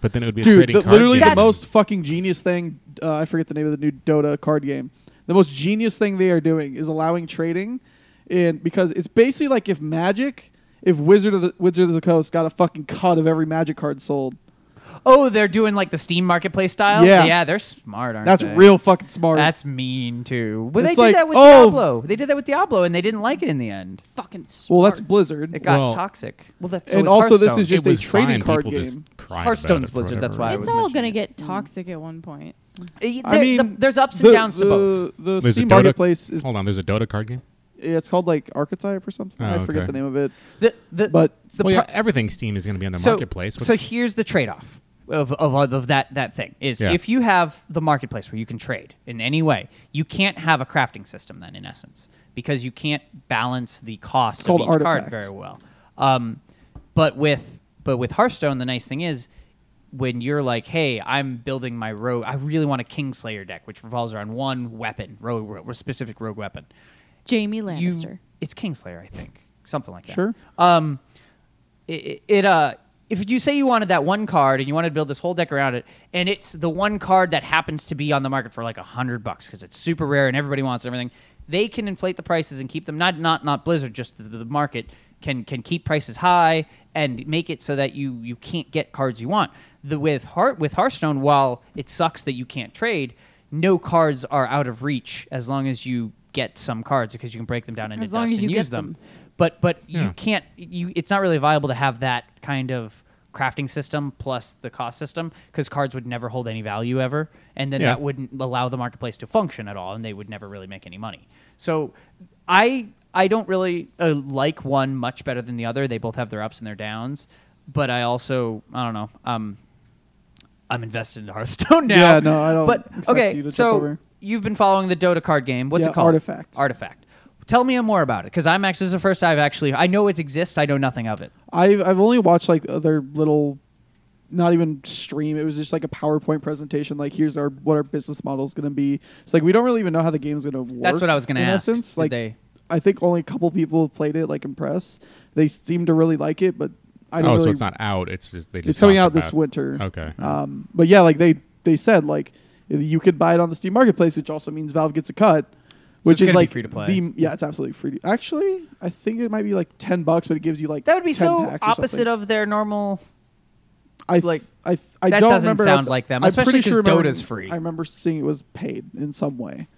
B: But then it would be a
C: Dude,
B: trading
C: the,
B: card
C: literally
B: game.
C: the
A: That's-
C: most fucking genius thing. Uh, I forget the name of the new Dota card game. The most genius thing they are doing is allowing trading, and because it's basically like if Magic, if Wizard of the Wizard of the Coast got a fucking cut of every Magic card sold.
A: Oh, they're doing like the Steam Marketplace style.
C: Yeah.
A: yeah, they're smart, aren't
C: That's
A: they?
C: real fucking smart.
A: That's mean too. Well, they
C: It's
A: did
C: like,
A: that with
C: oh.
A: Diablo. They did that with Diablo, and they didn't like it in the end.
D: Fucking.
C: well, that's
D: smart.
C: Blizzard.
A: It got
B: Well-
A: toxic. Well, that's so
C: and
A: is
C: also, this
A: Hearthstone.
C: is just
B: it
C: a
B: was
C: trading
B: fine.
C: card
B: People
C: game.
B: just cried about
A: Hearthstone's
B: it for
A: Blizzard, that's
B: whatever
A: why I
D: It's
A: was
B: reason.
D: all
A: mentioning
D: gonna
A: it.
D: get toxic at one point.
A: It-
C: I
A: there-
C: mean,
A: the- there's ups
C: the- uh,
A: and downs to both.
C: The, the
B: There's a
C: Steam
B: Dota-
C: Marketplace is
B: Hold on, there's a Dota card game.
C: yeah, it's called like Archetype or something.
B: Oh,
C: I forget
B: okay.
C: the name of it.
A: The, the,
C: But-
A: the
B: well,
A: pro-
B: yeah, everything Steam is going to be on the marketplace.
A: So
B: What's-
A: here's the trade-off of, of, of that that thing is
B: Yeah.
A: if you have the marketplace where you can trade in any way, you can't have a crafting system then in essence because you can't balance the cost of
C: called
A: each card
C: Artifact.
A: very well. Um, but with but with Hearthstone, the nice thing is when you're like, hey, I'm building my rogue, I really want a Kingslayer deck which revolves around one weapon, rogue, ro- specific rogue weapon.
D: Jamie
A: You-
D: Lannister.
A: it's Kingslayer, I think, something like that.
C: Sure.
A: Um, it, it uh, if you say you wanted that one card and you wanted to build this whole deck around it, and it's the one card that happens to be on the market for like a hundred bucks because it's super rare and everybody wants everything, they can inflate the prices and keep them not not not Blizzard, just the, the market can can keep prices high and make it so that you you can't get cards you want. The with Heart with Hearthstone, while it sucks that you can't trade, no cards are out of reach as long as you get some cards because you can break them down into
D: As long
A: dust
D: as
A: and
D: you
A: use
D: get
A: them
D: them.
A: but but you
B: Yeah.
A: can't you it's not really viable to have that kind of crafting system plus the cost system because cards would never hold any value ever and then
B: Yeah.
A: that wouldn't allow the marketplace to function at all and they would never really make any money so i i don't really uh, like one much better than the other they both have their ups and their downs but i also i don't know um I'm invested in Hearthstone now.
C: Yeah, no, I don't
A: But
C: expect
A: okay,
C: you to
A: so
C: tip over.
A: you've been following the Dota card game. What's
C: Yeah,
A: it called?
C: Artifact.
A: Artifact. Tell me more about it, because I'm actually this is the first I've actually I know it exists. I know nothing of it.
C: I've I've only watched like other little, not even stream. It was just like a PowerPoint presentation. Like here's our what our business model is going to be. It's like we don't really even know how the game's going to work.
A: That's what I was going to
C: in
A: ask.
C: Essence,
A: Did
C: like
A: they-
C: I think only a couple people have played it. Like in press, they seem to really like it, but I
B: Oh,
C: don't really.
B: so it's not out. It's just they just
C: It's coming
B: talked
C: out this
B: about-
C: winter.
B: Okay.
C: Um, but yeah, like they they said like you could buy it on the Steam Marketplace, which also means Valve gets a cut.
A: it's
C: Which is
A: gonna be
C: like
A: free to play.
C: the- yeah, it's absolutely free. To, actually, I think it might be like ten bucks, but it gives you like
A: That would be
C: 10
A: so
C: packs or
A: opposite
C: something.
A: of their normal.
C: I th-
A: like,
C: I th- I
A: that
C: don't
A: doesn't
C: remember
A: sound like them,
C: I'm
A: especially
C: pretty sure
A: 'cause
C: remember-
A: Dota's free.
C: I remember seeing it was paid in some way,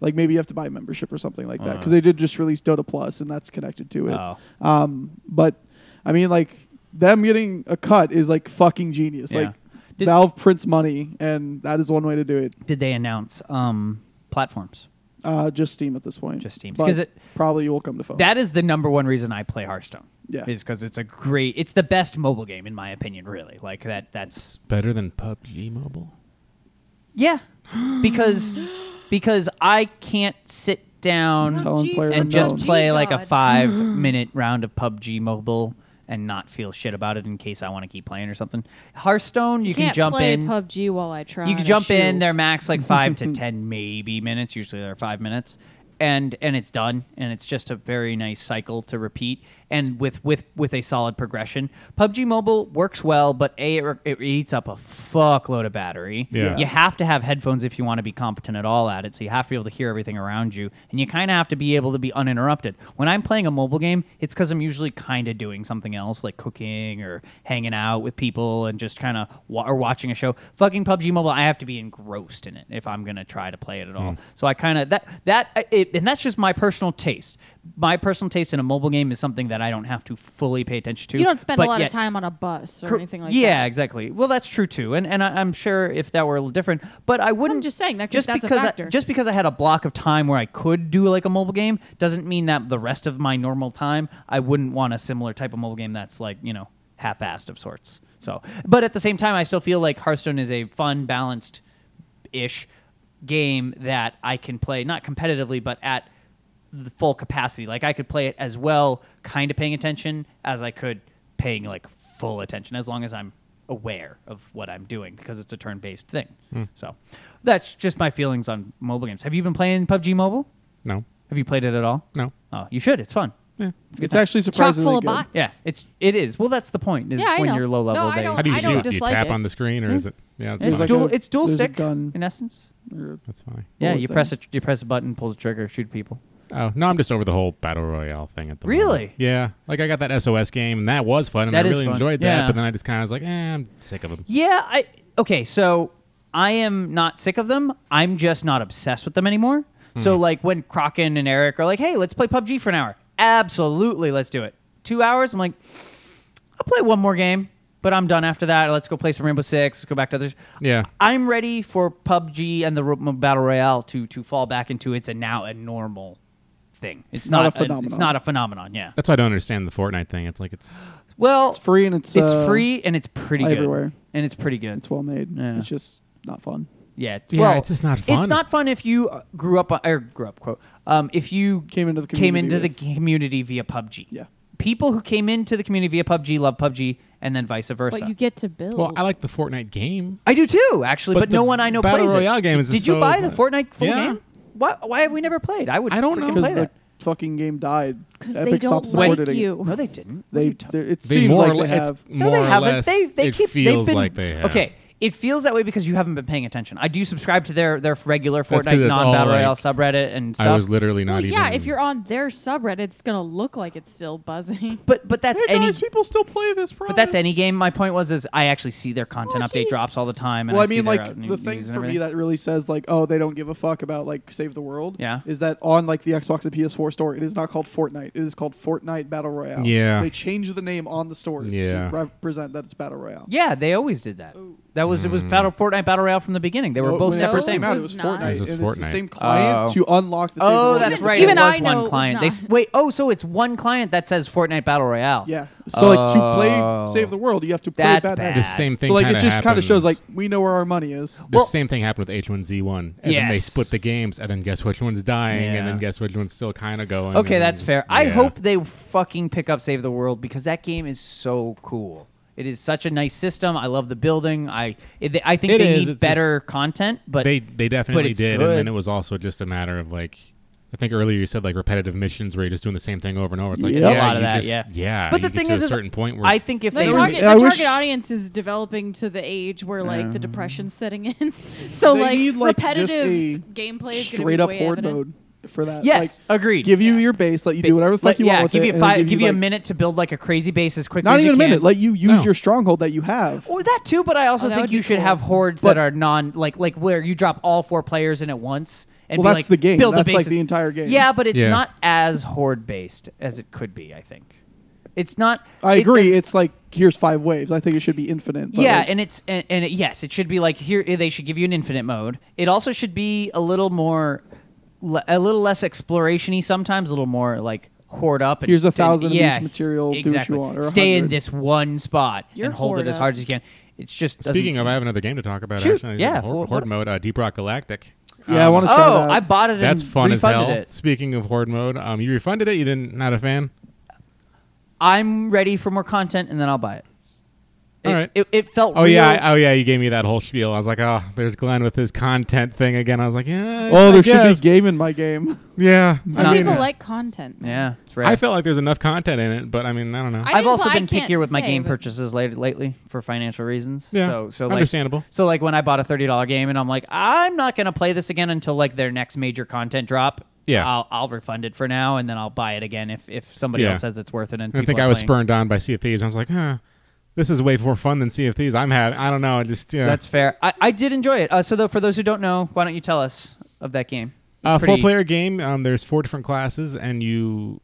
C: like maybe you have to buy membership or something like that because they did just release Dota Plus and that's connected to it.
A: Uh. Oh.
C: Um, but I mean, like them getting a cut is like fucking genius.
A: Yeah.
C: Like
A: Did-
C: Valve prints money, and that is one way to do it.
A: Did they announce um, platforms?
C: Uh, just Steam at this point.
A: Just Steam.
C: But
A: 'Cause it-
C: probably will come to phone.
A: That is the number one reason I play Hearthstone.
C: Yeah.
A: is because it's a great. It's the best mobile game in my opinion. Really, like that. That's
B: Better than PUBG Mobile.
A: yeah, because because I can't sit down
C: Telling player
A: and
C: unknown.
A: just play like a
E: God.
A: five minute round of PUBG Mobile and not feel shit about it in case I want to keep playing or something. Hearthstone, you, can
E: can't
A: jump
E: play
A: in.
E: PUBG while I try.
A: you can
E: to
A: jump in.
E: shoot.
A: They're max like five to ten, maybe minutes. Usually they're five minutes, and and it's done. And it's just a very nice cycle to repeat. And with with with a solid progression, PUBG Mobile works well, but a it, re- it eats up a fuckload of battery.
B: Yeah.
A: you have to have headphones if you want to be competent at all at it. So you have to be able to hear everything around you, and you kind of have to be able to be uninterrupted. When I'm playing a mobile game, it's because I'm usually kind of doing something else, like cooking or hanging out with people, and just kind of wa- or watching a show. Fucking PUBG Mobile, I have to be engrossed in it if I'm gonna try to play it at all. So I kind of that that I- it, and that's just my personal taste. My personal taste in a mobile game is something that I don't have to fully pay attention to.
E: You don't spend a
A: but
E: lot
A: yet-
E: of time on a bus or
A: Cor-
E: anything like
A: yeah,
E: that.
A: exactly. Well, that's true too, and and I, I'm sure if that were a little different, but I wouldn't.
E: just saying that could-
A: just
E: that's a
A: because I,
E: factor.
A: just because I had a block of time where I could do like a mobile game doesn't mean that the rest of my normal time I wouldn't want a similar type of mobile game that's like you know half-assed of sorts. So, but at the same time, I still feel like Hearthstone is a fun, balanced ish game that I can play not competitively but at the full capacity. Like I could play it as well, kind of paying attention as I could paying like full attention as long as I'm aware of what I'm doing because it's a turn-based thing.
C: Hmm.
A: So that's just my feelings on mobile games. Have you been playing PUBG Mobile?
B: No.
A: Have you played it at all?
B: No.
A: Oh, you should. It's fun.
B: Yeah.
A: It's, a good
C: it's
A: time.
C: actually
E: Chock
C: surprisingly
E: full of
C: good.
E: bots.
A: yeah, it's it is. Well, that's the point is
E: Yeah, I
A: when
E: know.
A: you're low
E: No,
A: level
E: I
A: they
E: don't-
B: How do you
E: I
B: shoot?
E: don't
B: Do you
E: dislike
B: tap
E: it.
B: on the screen, or is Hmm? it? Yeah, it's
A: It's
C: There's
B: fine.
C: like
A: dual
C: a-
A: it's dual
C: there's a
A: stick
C: gun.
A: in essence.
C: Or
B: That's fine.
A: Yeah,
C: Bullet
A: you
C: thing.
A: press a, you press a button, pulls the trigger, shoot people.
B: Oh no, I'm just over the whole battle royale thing at the moment.
A: Really?
B: Yeah, like I got that SOS game, and that was fun, and
A: That
B: I
A: is
B: really
A: fun.
B: enjoyed
A: Yeah.
B: that. But then I just kind of was like, eh, I'm sick of them.
A: Yeah, I okay, so I am not sick of them. I'm just not obsessed with them anymore. So like when Kraken and Eric are like, "Hey, let's play PUBG for an hour." Absolutely, let's do it. 2 hours, I'm like I'll play one more game, but I'm done after that. Let's go play some Rainbow Six. Let's go back to others.
B: Yeah.
A: I'm ready for PUBG and the ro- battle royale to to fall back into it's a now a normal thing. It's
C: Not
A: not,
C: a
A: it's
C: phenomenon.
A: not a phenomenon. Yeah.
B: That's why I don't understand the Fortnite thing. It's like it's
A: Well,
C: It's free and it's
A: it's
C: uh,
A: free and it's pretty
C: everywhere.
A: good. And it's pretty good.
C: It's well made.
A: Yeah.
C: It's just not fun.
A: Yeah, it's-
B: Yeah,
A: well,
B: it's just not
A: It's
B: fun.
A: not fun if you uh, grew up on- or grew up quote. Um, if you
C: Came into the
A: came
C: community
A: into the community via PUBG.
C: Yeah.
A: people who came into the community via PUBG love PUBG, and then vice versa.
E: But you get to build.
B: well, I like the Fortnite game.
A: I do too, actually, but,
B: But the
A: no one I know
B: Battle
A: plays
B: Royale
A: it.
B: game is
A: Did
B: just
A: you
B: so-
A: buy the Fortnite full
B: Yeah.
A: game? Why, why have we never played? I would.
B: I don't
A: freaking
B: know.
A: Play
C: Because the
A: that.
C: fucking game died.
E: 'Cause
C: Epic
E: they don't
C: stopped
E: like
C: supporting it.
E: you.
A: No, they didn't. What are
C: They,
A: you ta-
C: they're- it
B: They
C: seems
B: more
C: like
B: or
C: they
B: le- it's
C: have.
A: No,
B: more
A: they
B: or
A: haven't.
B: less.
A: they they
B: it
A: keep. they've
B: feels
A: been,
B: like they have.
A: Okay, it feels that way because you haven't been paying attention. I do subscribe to their their regular
B: 'cause
A: Fortnite
B: it's all,
A: non battle
B: like,
A: royale subreddit and stuff.
B: I was literally not
E: Well,
B: even.
E: yeah, if you're on their subreddit, it's gonna look like it's still buzzing.
A: but but that's
C: Hey
A: any
C: guys, people still play this.
A: But that's
C: promise.
A: any game. My point was is I actually see their content
E: Oh,
A: update
E: jeez.
A: drops all the time. And
C: Well, I,
A: see
C: mean,
A: their
C: like
A: out-
C: the thing
A: news and
C: for me
A: everything.
C: that really says like, oh, they don't give a fuck about like save the world.
A: Yeah.
C: is that on like the Xbox and PS4 store? It is not called Fortnite. It is called Fortnite Battle Royale.
B: Yeah.
C: they changed the name on the stores
B: Yeah.
C: to represent that it's Battle Royale.
A: yeah, they always did that. That That was it
B: Hmm.
A: was Battle Fortnite Battle Royale from the beginning. They were
C: No,
A: both
C: when it
A: separate
C: first came
A: things.
C: out,
D: It
C: It was
D: was
C: Fortnite.
D: not. It
B: was just
C: and it's the
B: Fortnite.
C: same client
A: Oh.
C: to unlock the same
A: Oh,
C: role.
A: that's right.
D: Even
A: it was
D: I know it
A: one
D: was
A: client. They
D: not.
A: s- wait. Oh, so it's one client that says Fortnite Battle Royale.
C: Yeah. So like to
A: Oh.
C: play Save the World, you have to play
A: That's
C: Bad
A: bad.
C: Battle.
B: The same thing.
C: So like it
B: kinda
C: just kind of shows
B: happens-
C: like we know where our money is.
B: the
A: Well-
B: same thing happened with H1Z1, and then they
A: Yes.
B: split the games, and then guess which one's dying, and then
A: Yeah.
B: guess which one's still kind of going.
A: Okay,
B: and
A: that's
B: it's-
A: fair. I
B: yeah.
A: hope they fucking pick up Save the World because that game is so cool. It is such a nice system. I love the building. I it, I think
B: It
A: they
B: is.
A: need
B: It's
A: better content, but
B: they they definitely
A: it's
B: did,
A: good.
B: and then it was also just a matter of like. I think earlier you said like repetitive missions where you're just doing the same thing over and over. It's like
C: Yeah.
B: yeah,
C: There's a
A: lot of
B: you
A: that,
B: just-
A: yeah.
B: yeah.
A: but the
B: you get
A: thing
B: to
A: is,
B: a
A: is
B: certain point where
A: I think if
E: The
A: they
E: target,
C: I
E: the
C: wish-
E: target audience is developing to the age where like the depression setting in, so
C: They
E: like,
C: need, like, just
E: repetitive
C: a
E: gameplay is
C: Straight
E: gonna
C: up
E: be way
C: horde
E: evident.
C: mode for that.
A: yes,
C: Like,
A: agreed.
C: give you
E: Yeah.
C: your base, let you do whatever the fuck
A: Let-
C: you
A: yeah,
C: want with
A: give
C: it,
A: you
C: and
A: five,
C: it'll
A: give, you
C: like-
A: a minute to build like a crazy base as quickly
C: Not
A: as
C: even a
A: you can.
C: minute. Let you use
B: No.
C: your stronghold that you have.
A: Or that too, but I also
E: Oh, that
A: think
E: would
A: you
E: be
A: should
E: cool.
A: have hordes
C: But-
A: that are non like like where you drop all four players in at once and be
C: Well, that's
A: like
C: the game.
A: build
C: That's,
A: a
C: like,
A: basis.
C: the entire game.
A: Yeah, but it's
B: Yeah.
A: not as horde based as it could be. I think it's not.
C: I
A: it-
C: agree.
A: there's-
C: it's like here's five waves. I think it should be infinite. but,
A: yeah,
C: like,
A: and it's and, and it, yes, it should be like here they should give you an infinite mode. It also should be a little more, le- a little less explorationy sometimes, a little more like hoard up. And,
C: Here's a
A: and-
C: thousand of each
A: yeah,
C: material, do what you
A: Exactly.
C: want, or a
A: Stay in
C: hundred.
A: this one spot
E: You're
A: and hold it
E: hoard
A: as
E: up.
A: hard as you can. It's just doesn't
B: speaking of,
A: seem-
B: I have another game to talk about.
A: Shoot,
B: actually,
A: yeah,
B: Horde,
A: well,
B: Horde
A: what-
B: mode, uh, Deep Rock Galactic.
C: yeah, I
B: Um,
C: want to try
A: Oh,
C: that.
A: I bought it.
B: That's
A: and
B: fun as
A: refunded
B: hell.
A: It.
B: Speaking of horde mode, um, you refunded it. You didn't not a fan.
A: I'm ready for more content, and then I'll buy it. It,
B: All right.
A: it, it felt.
B: Oh
A: real.
B: yeah, I- oh yeah. You gave me that whole spiel. I was like, oh, there's Glenn with his content thing again. I was like, yeah.
C: Oh,
B: I
C: there should
B: guess.
C: be game in my game.
B: Yeah.
D: Some
A: I mean-
D: people like content. man.
A: yeah, it's rare.
B: I felt like there's enough content in it, but I mean, I don't know.
D: I
A: I've
D: didn't-
A: also
D: I
A: been
D: can't
A: pickier with my
D: say,
A: game
D: but-
A: purchases lately, lately for financial reasons.
B: Yeah,
A: So so like,
B: understandable.
A: So like when I bought a thirty dollar game and I'm like, I'm not gonna play this again until like their next major content drop.
B: Yeah.
A: I'll I'll refund it for now and then I'll buy it again if if somebody
B: Yeah.
A: else says it's worth it. And
B: I
A: people
B: think
A: are
B: I was
A: playing.
B: spurned on by Sea of Thieves. I was like, huh, this is way more fun than Sea of Thieves. I'm having. I don't know. I just yeah.
A: That's fair. I, I did enjoy it. Uh, so though, for those who don't know, why don't you tell us of that game? It's
B: a
A: pretty-
B: four Uh, player game. Um, there's four different classes, and you.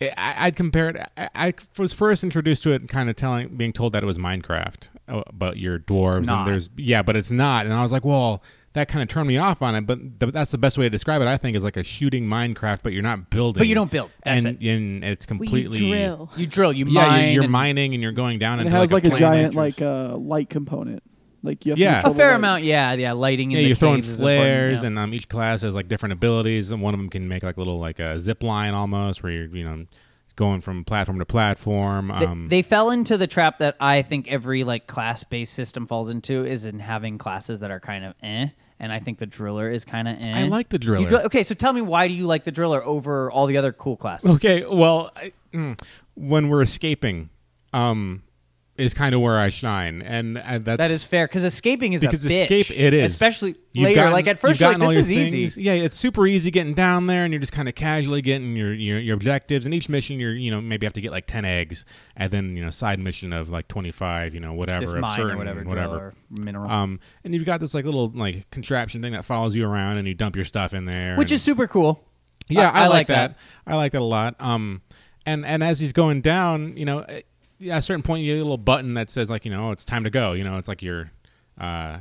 B: I- I, I'd compare it. I, I was first introduced to it, kind of telling, being told that it was Minecraft, uh, but you're dwarves
A: not.
B: and there's yeah, but it's not. And I was like, well, that kind of turned me off on it. But th- that's the best way to describe it. I think is like a shooting Minecraft, but you're not building.
A: But you don't build. That's
B: and, and it's
E: We
B: completely
E: drill.
A: You drill. You
B: Yeah,
A: mine.
B: you're, you're
A: and-
B: mining and you're going down
C: And it
B: into
C: has like a
B: planet
C: giant
B: interest.
C: like uh, light component. Like you have
B: Yeah. A
C: to
A: a
C: control the
A: fair
C: light.
A: amount. Yeah, yeah. Lighting.
B: Yeah,
A: in the
B: you're throwing
A: caves is important,
B: flares,
A: yeah.
B: and um, each class has like different abilities, and one of them can make like little like a zip line almost, where you're you know going from platform to platform.
A: Th-
B: Um,
A: they fell into the trap that I think every like class based system falls into is in having classes that are kind of eh, and I think the driller is kind of eh.
B: I like the driller.
A: You dri- okay, so tell me why do you like the driller over all the other cool classes?
B: okay, well, I, mm, when we're escaping, um, is kind of where I shine, and uh, that's
A: That is fair because escaping is
B: because
A: a bitch.
B: escape it is
A: especially
B: You've
A: later.
B: gotten-
A: like at first,
B: you've
A: you're like
B: gotten all
A: this is
B: your things.
A: easy.
B: Yeah, it's super easy getting down there, and you're just kind of casually getting your, your your objectives. And each mission, you're you know maybe have to get like ten eggs, and then you know side mission of like twenty five, you know whatever
A: This
B: of
A: mine
B: certain
A: or whatever,
B: whatever.
A: drill or mineral,
B: Um, and you've got this like little like contraption thing that follows you around, and you dump your stuff in there,
A: which
B: and-
A: is super cool.
B: yeah,
A: I-
B: I,
A: I like
B: like that. I like that a lot. Um, and and as he's going down, you know, uh, at a certain point, you get a little button that says like, you know, it's time to go. You know, it's like your, uh,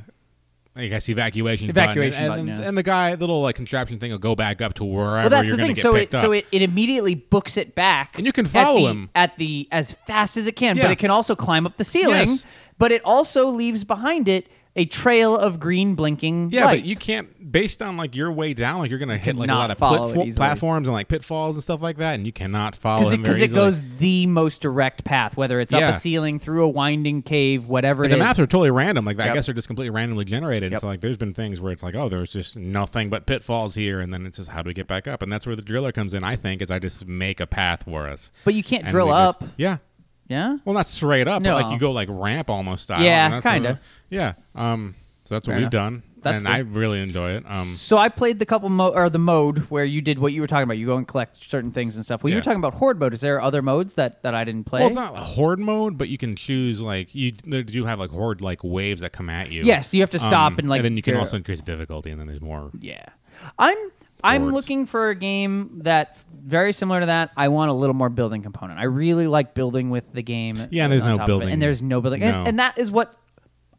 B: I guess evacuation.
A: Evacuation
B: button. And,
A: button,
B: and,
A: yeah.
B: and the guy, the little like contraption thing, will go back up to wherever
A: Well, that's
B: you're
A: the
B: going
A: thing.
B: to get
A: So it
B: picked up.
A: so it, it immediately books it back,
B: And you can
A: at
B: follow
A: the-
B: him.
A: at the as fast as it can. But
B: Yeah.
A: it can also climb up the ceiling.
B: Yes.
A: But it also leaves behind it a trail of green blinking
B: yeah,
A: lights.
B: but you can't based on like your way down, like you're gonna hit like a
A: cannot
B: lot of
A: follow
B: platfo-
A: it easily.
B: platforms and like pitfalls and stuff like that, and you cannot follow
A: because
B: him
A: it,
B: very
A: 'cause it
B: easily.
A: goes the most direct path, whether it's up
B: Yeah.
A: a ceiling, through a winding cave, whatever
B: And
A: it
B: the
A: is.
B: maps are totally random. Like I
A: Yep.
B: guess they're just completely randomly generated.
A: Yep.
B: So like there's been things where it's like, oh, there's just nothing but pitfalls here, and then it's just how do we get back up? And that's where the driller comes in. I think is I just make a path for us.
A: but you can't
B: And
A: drill
B: we just-
A: up.
B: yeah.
A: Yeah.
B: Well, not straight up,
A: No.
B: but like you go like ramp almost style.
A: Yeah,
B: and that's what-
A: kinda.
B: Yeah. Um. So that's what
A: Fair
B: we've
A: enough.
B: done.
A: That's
B: and
A: cool.
B: I really enjoy it. Um.
A: So I played the couple mo- or the mode where you did what you were talking about. You go and collect certain things and stuff. Well, you
B: Yeah.
A: were talking about horde mode. Is there other modes that, that I didn't play?
B: Well, it's not a horde mode, but you can choose like you they do have like horde like waves that come at you.
A: Yes, you have to stop
B: Um,
A: and, like,
B: and then you can
A: they're-
B: also increase the difficulty, and then there's more.
A: Yeah. I'm I'm
B: Boards.
A: looking for a game that's very similar to that. I want a little more building component. I really like building with the game.
B: Yeah, and there's
A: on
B: no
A: top of it.
B: building.
A: And there's no building.
B: No.
A: And, and that is what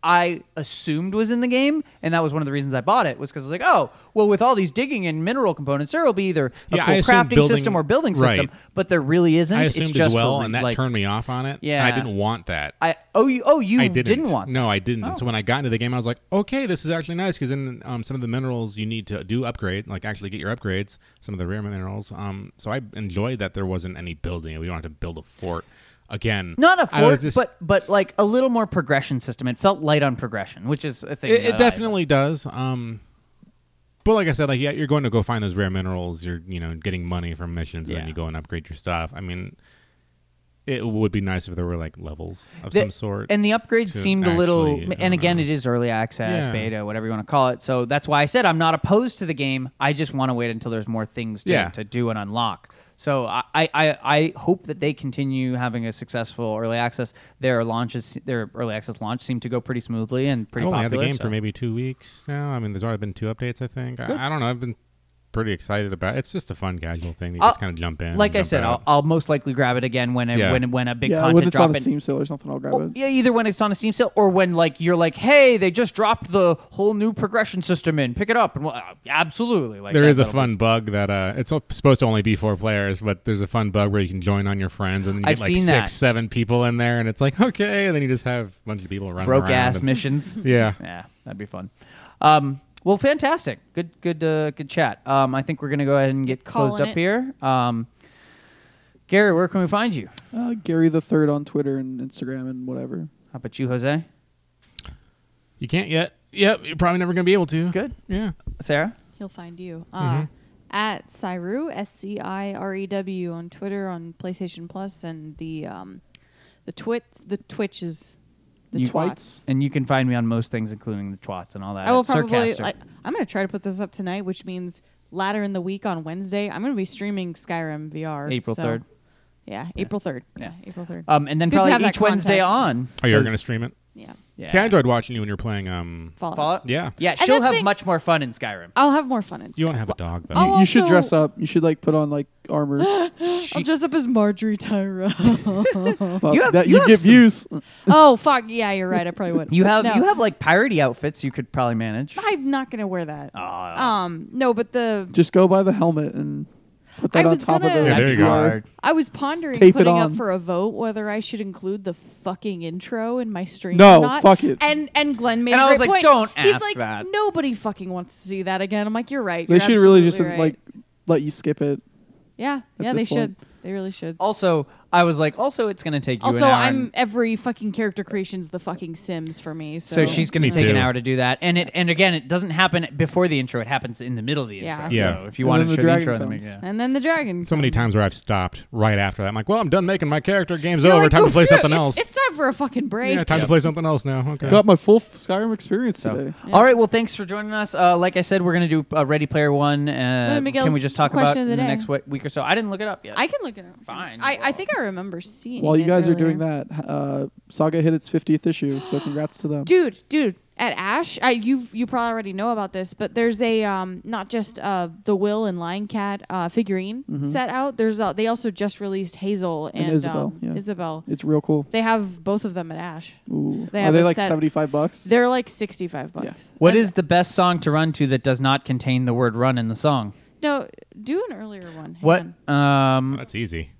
A: I assumed was in the game, and that was one of the reasons I bought it was because I was like, oh, well, with all these digging and mineral components, there will be either a
B: Yeah,
A: cool
B: I assumed
A: crafting
B: building-
A: system or building system,
B: right.
A: but there really isn't.
B: I
A: it's
B: assumed
A: just
B: as well,
A: for,
B: and that
A: like,
B: turned me off on it.
A: Yeah.
B: I didn't want that.
A: I oh you oh you
B: I
A: didn't,
B: didn't.
A: want
B: No, I didn't. And so
A: Oh.
B: when I got into the game, I was like, okay, this is actually nice because then um, some of the minerals you need to do upgrade, like actually get your upgrades, some of the rare minerals. Um, so I enjoyed that there wasn't any building. We don't have to build a fort again.
A: not a
B: I
A: fort,
B: was just-
A: but but like a little more progression system. It felt light on progression, which is a thing.
B: it,
A: that
B: it
A: I-
B: definitely does. Um, but like I said, like yeah, you're going to go find those rare minerals. You're you know getting money from missions, and
A: Yeah.
B: then you go and upgrade your stuff. I mean, it would be nice if there were like levels of
A: The-
B: some sort.
A: And the upgrades
B: to
A: seemed a little.
B: actually- I
A: And
B: don't
A: again,
B: know.
A: it is early access,
B: Yeah.
A: beta, whatever you want to call it. So that's why I said I'm not opposed to the game. I just want to wait until there's more things to,
B: Yeah.
A: to do and unlock. So I, I, I I hope that they continue having a successful early access. Their launches, their early access launch seemed to go pretty smoothly and pretty
B: I've only
A: popular.
B: had the game
A: so-
B: for maybe two weeks now. I mean, there's already been two updates. I think. I, I don't know. I've been pretty excited about. It. It's just a fun casual thing. You
A: I'll-
B: just kind of jump in.
A: Like
B: jump
A: I said, I'll,
B: out.
A: I'll most likely grab it again when a,
B: Yeah.
A: when when a big
C: yeah, when
A: content
C: it's
A: drop
C: on a
A: in-
C: Steam sale or something, I'll grab
A: Or-
C: it.
A: Oh, yeah, either when it's on a Steam sale or when like you're like, hey, they just dropped the whole new progression system in, pick it up, and well, uh, absolutely, like
B: There
A: that-
B: is a
A: that'll
B: fun bug that uh, it's o- supposed to only be four players, but there's a fun bug where you can join on your friends, and then you
A: I've
B: get like
A: seen
B: six,
A: that.
B: seven people in there, and it's like okay, and then you just have a bunch of people
A: be
B: running
A: broke
B: around
A: ass
B: and-
A: missions.
B: Yeah.
A: yeah, that'd be fun. Um, well, fantastic, good, good, uh, good chat. Um, I think we're gonna go ahead and get
D: Calling
A: closed up
D: it.
A: here. Um, Gary, where can we find you?
C: Uh, Gary the Third on Twitter and Instagram and whatever.
A: How about you, Jose?
B: You can't yet. Yep, you're probably never gonna be able to.
A: Good,
B: Yeah.
A: Sarah.
D: He'll find you.
A: Mm-hmm.
D: Uh, At Cyrew, S C I R E W on Twitter, on PlayStation Plus, and the um, the twit the Twitch is the
A: You-
D: twats.
A: And you can find me on most things, including the twats and all that.
D: I will
A: at
D: probably.
A: Circaster.
D: I, I'm going to try to put this up tonight, which means later in the week on Wednesday, I'm going to be streaming Skyrim VR.
A: April
D: so-
A: 3rd.
D: Yeah, April third. Yeah,
A: Yeah.
D: April third.
A: um, and then
D: Good to have
A: probably
D: that
A: each Wednesday
D: context.
A: on.
B: Oh, you're
A: 'cause-
B: gonna stream it.
D: yeah,
A: Yeah.
B: See, I enjoyed watching you when you're playing. Um,
D: Fallout.
A: Fallout?
B: Yeah.
A: Yeah,
D: that's
A: she'll
D: the
A: have
D: thing-
A: much more fun in Skyrim.
D: I'll have more fun in.
B: you won't
D: Skyrim.
B: have a dog
A: Oh,
B: though.
D: I'll
C: You should
D: also-
C: dress up. You should like put on like armor.
D: I'll dress up as Marjorie Tyrell.
C: Fuck,
A: You have-
C: that
A: you
C: you
A: have
C: get
A: some-
C: views.
D: oh fuck! Yeah, you're right. I probably would.
A: You have
D: No.
A: you have like piratey outfits you could probably manage.
D: I'm not gonna wear that.
A: Oh, Aw.
D: Um, no, but the
C: Just go by the helmet and put that
D: I
C: on
D: was
C: top of
D: gonna-
C: the.
B: Yeah, there you go.
C: VR.
D: I was pondering
C: Tape it
D: putting up
C: on.
D: for a vote whether I should include the fucking intro in my stream.
C: No,
D: or not.
C: fuck it.
D: And and Glenn made
A: And
D: a
A: I was
D: great
A: like,
D: point.
A: "Don't
D: He's
A: ask
D: like,
A: that."
D: Nobody fucking wants to see that again. I'm like, you're right.
C: They
D: you're
C: should really just
D: absolutely right.
C: like let you skip it.
D: yeah, yeah,
C: this
D: they
C: point.
D: should. They really should.
A: Also, I was like, also it's gonna take you
D: Also,
A: an hour.
D: I'm
A: and-
D: every fucking character creation's the fucking Sims for me. So,
A: so she's gonna
B: Me
A: take an
B: too.
A: hour to do that, and it and again it doesn't happen before the intro. It happens in the middle of the intro.
D: Yeah.
B: Yeah.
A: So if you
C: And
A: want
C: then
A: to
C: the
A: show the
C: dragon
A: intro, in the
C: comes.
A: beginning, yeah.
D: and then the dragon.
B: so many times where I've stopped right after that. I'm like, well, I'm done making my character. Game's
D: You're
B: over.
D: like,
B: time
D: "Go
B: to play
D: through it.
B: something
D: It's-
B: else.
D: It's, time for a fucking break.
B: yeah, time to play something else now. Okay.
C: Got my full Skyrim experience
A: So,
C: today.
A: all right. Well, thanks for joining us. Uh, like I said, we're gonna do uh, Ready Player One. Uh,
D: Well, Miguel's
A: can we just talk
D: question
A: about
D: of
A: in
D: the
A: the
D: day.
A: next we- week or so? I didn't look it up yet.
D: I can look it up.
A: Fine,
D: I, I
A: well.
D: think I remember seeing.
C: While you
D: it
C: guys are doing
D: earlier.
C: that, uh, Saga hit its 50th issue, so congrats to them.
D: dude, dude. At Ash, I, you you probably already know about this, but there's a um, not just uh, the Will and Lion Cat uh, figurine set out. There's uh, they also just released Hazel and,
C: Mm-hmm. Isabel,
D: Um,
C: yeah.
D: Isabel.
C: It's real cool.
D: They have both of them at Ash.
C: Ooh.
D: They
C: Are
D: have
C: they
D: a
C: like
D: set-
C: 75 bucks?
D: They're like sixty five bucks.
A: What
D: And-
A: is the best song to run to that does not contain the word "run" in the song?
D: no? Do an earlier one. Hang
A: What?
D: on.
A: Um,
B: That's easy.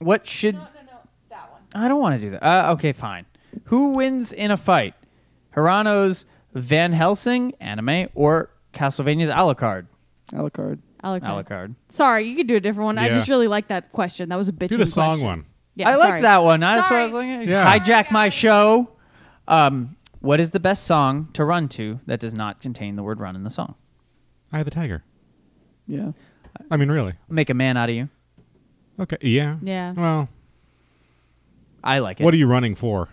A: What should?
D: Oh, no, that one.
A: I don't want to do that. Uh, okay, fine. Who wins in a fight? Hirano's Van Helsing anime or Castlevania's Alucard?
C: Alucard.
D: Alucard.
A: Alucard.
D: Sorry, you could do a different one. I
B: Yeah.
D: just really like that question. That was a bitch.
B: Do the song one.
D: Yeah,
A: I like
D: sorry.
A: that one. I, that's what I
D: Sorry.
A: was like.
B: Yeah.
A: Hijack my show. Um, what is the best song to run to that does not contain the word "run" in the song?
B: I have the tiger.
C: Yeah.
B: I mean, really.
A: Make a man out of you.
B: Okay. Yeah.
D: Yeah.
B: Well,
A: I like it.
B: what are you running for?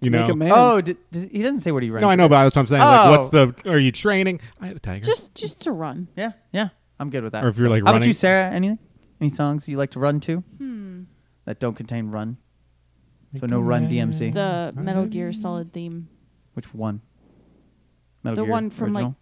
B: You
C: Make
B: know.
C: a man.
A: Oh, d- does, he doesn't say what he runs.
B: no, I know,
A: to.
B: but that's what I'm saying. Like, what's
A: Oh.
B: the? Are you training? I had a tiger.
D: Just just to run.
A: Yeah, yeah. I'm good with that.
B: Or if you're, like,
A: how about
B: running-
A: you, Sarah? Anything? Any songs you like to run to? Hmm. That don't contain run. So no run DMC.
D: The Metal Gear Solid theme.
A: Which one? Metal
D: The
A: Gear
D: one from, like,
A: original?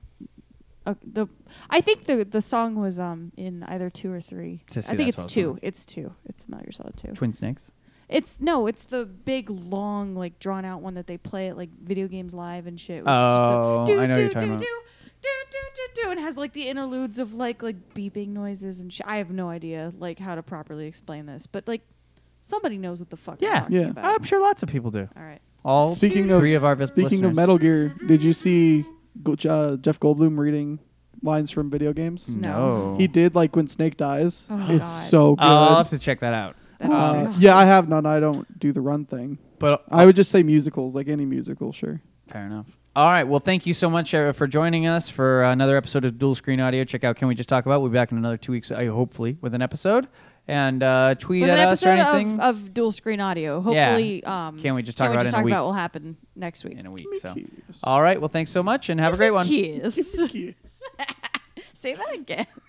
D: Uh, the I think the the song was um in either two or three.
A: To see
D: I
A: that's
D: think it's
A: what I was
D: two.
A: wondering.
D: It's two. It's Metal Gear Solid two.
A: Twin Snakes.
D: It's no, it's the big long like drawn out one that they play at like video games live and shit. with
A: Oh,
D: just the,
A: I know what
D: do,
A: you're talking
D: do,
A: about.
D: Do, do, do, do, do, and has like the interludes of like like beeping noises and shit. I have no idea like how to properly explain this, but like somebody knows what the fuck
A: Yeah.
D: I'm talking
C: Yeah.
D: about.
A: I'm sure lots of people do.
D: All right.
A: All
C: Speaking of-
A: three of, our vi-
C: Speaking of
A: listeners.
C: Metal Gear, did you see Go- uh, Jeff Goldblum reading lines from video games?
A: no,
C: He did like when Snake dies.
D: Oh my
C: it's
D: God.
C: so good.
A: I'll have to check that out.
D: That's
C: Uh,
D: pretty awesome.
C: Yeah, I have none. I don't do the run thing.
A: But
C: I would just say musicals, like any musical, sure.
A: oh, Fair enough. All right. Well, thank you so much uh, for joining us for another episode of Dual Screen Audio. Check out Can We Just Talk About? We'll be back in another two weeks, uh, hopefully, with an episode. And uh, tweet
D: With
A: at
D: an
A: us or
D: episode
A: anything
D: of, of dual screen audio.
A: Yeah.
D: Hopefully, um,
A: Can we just talk
D: can
A: about
D: we
A: it
D: just
A: in a
D: talk
A: week?
D: about what will happen next week?
A: in a week. So,
C: Yes.
A: all right. Well, thanks so much and have a great one.
D: Yes.
C: Yes.
D: Say that again.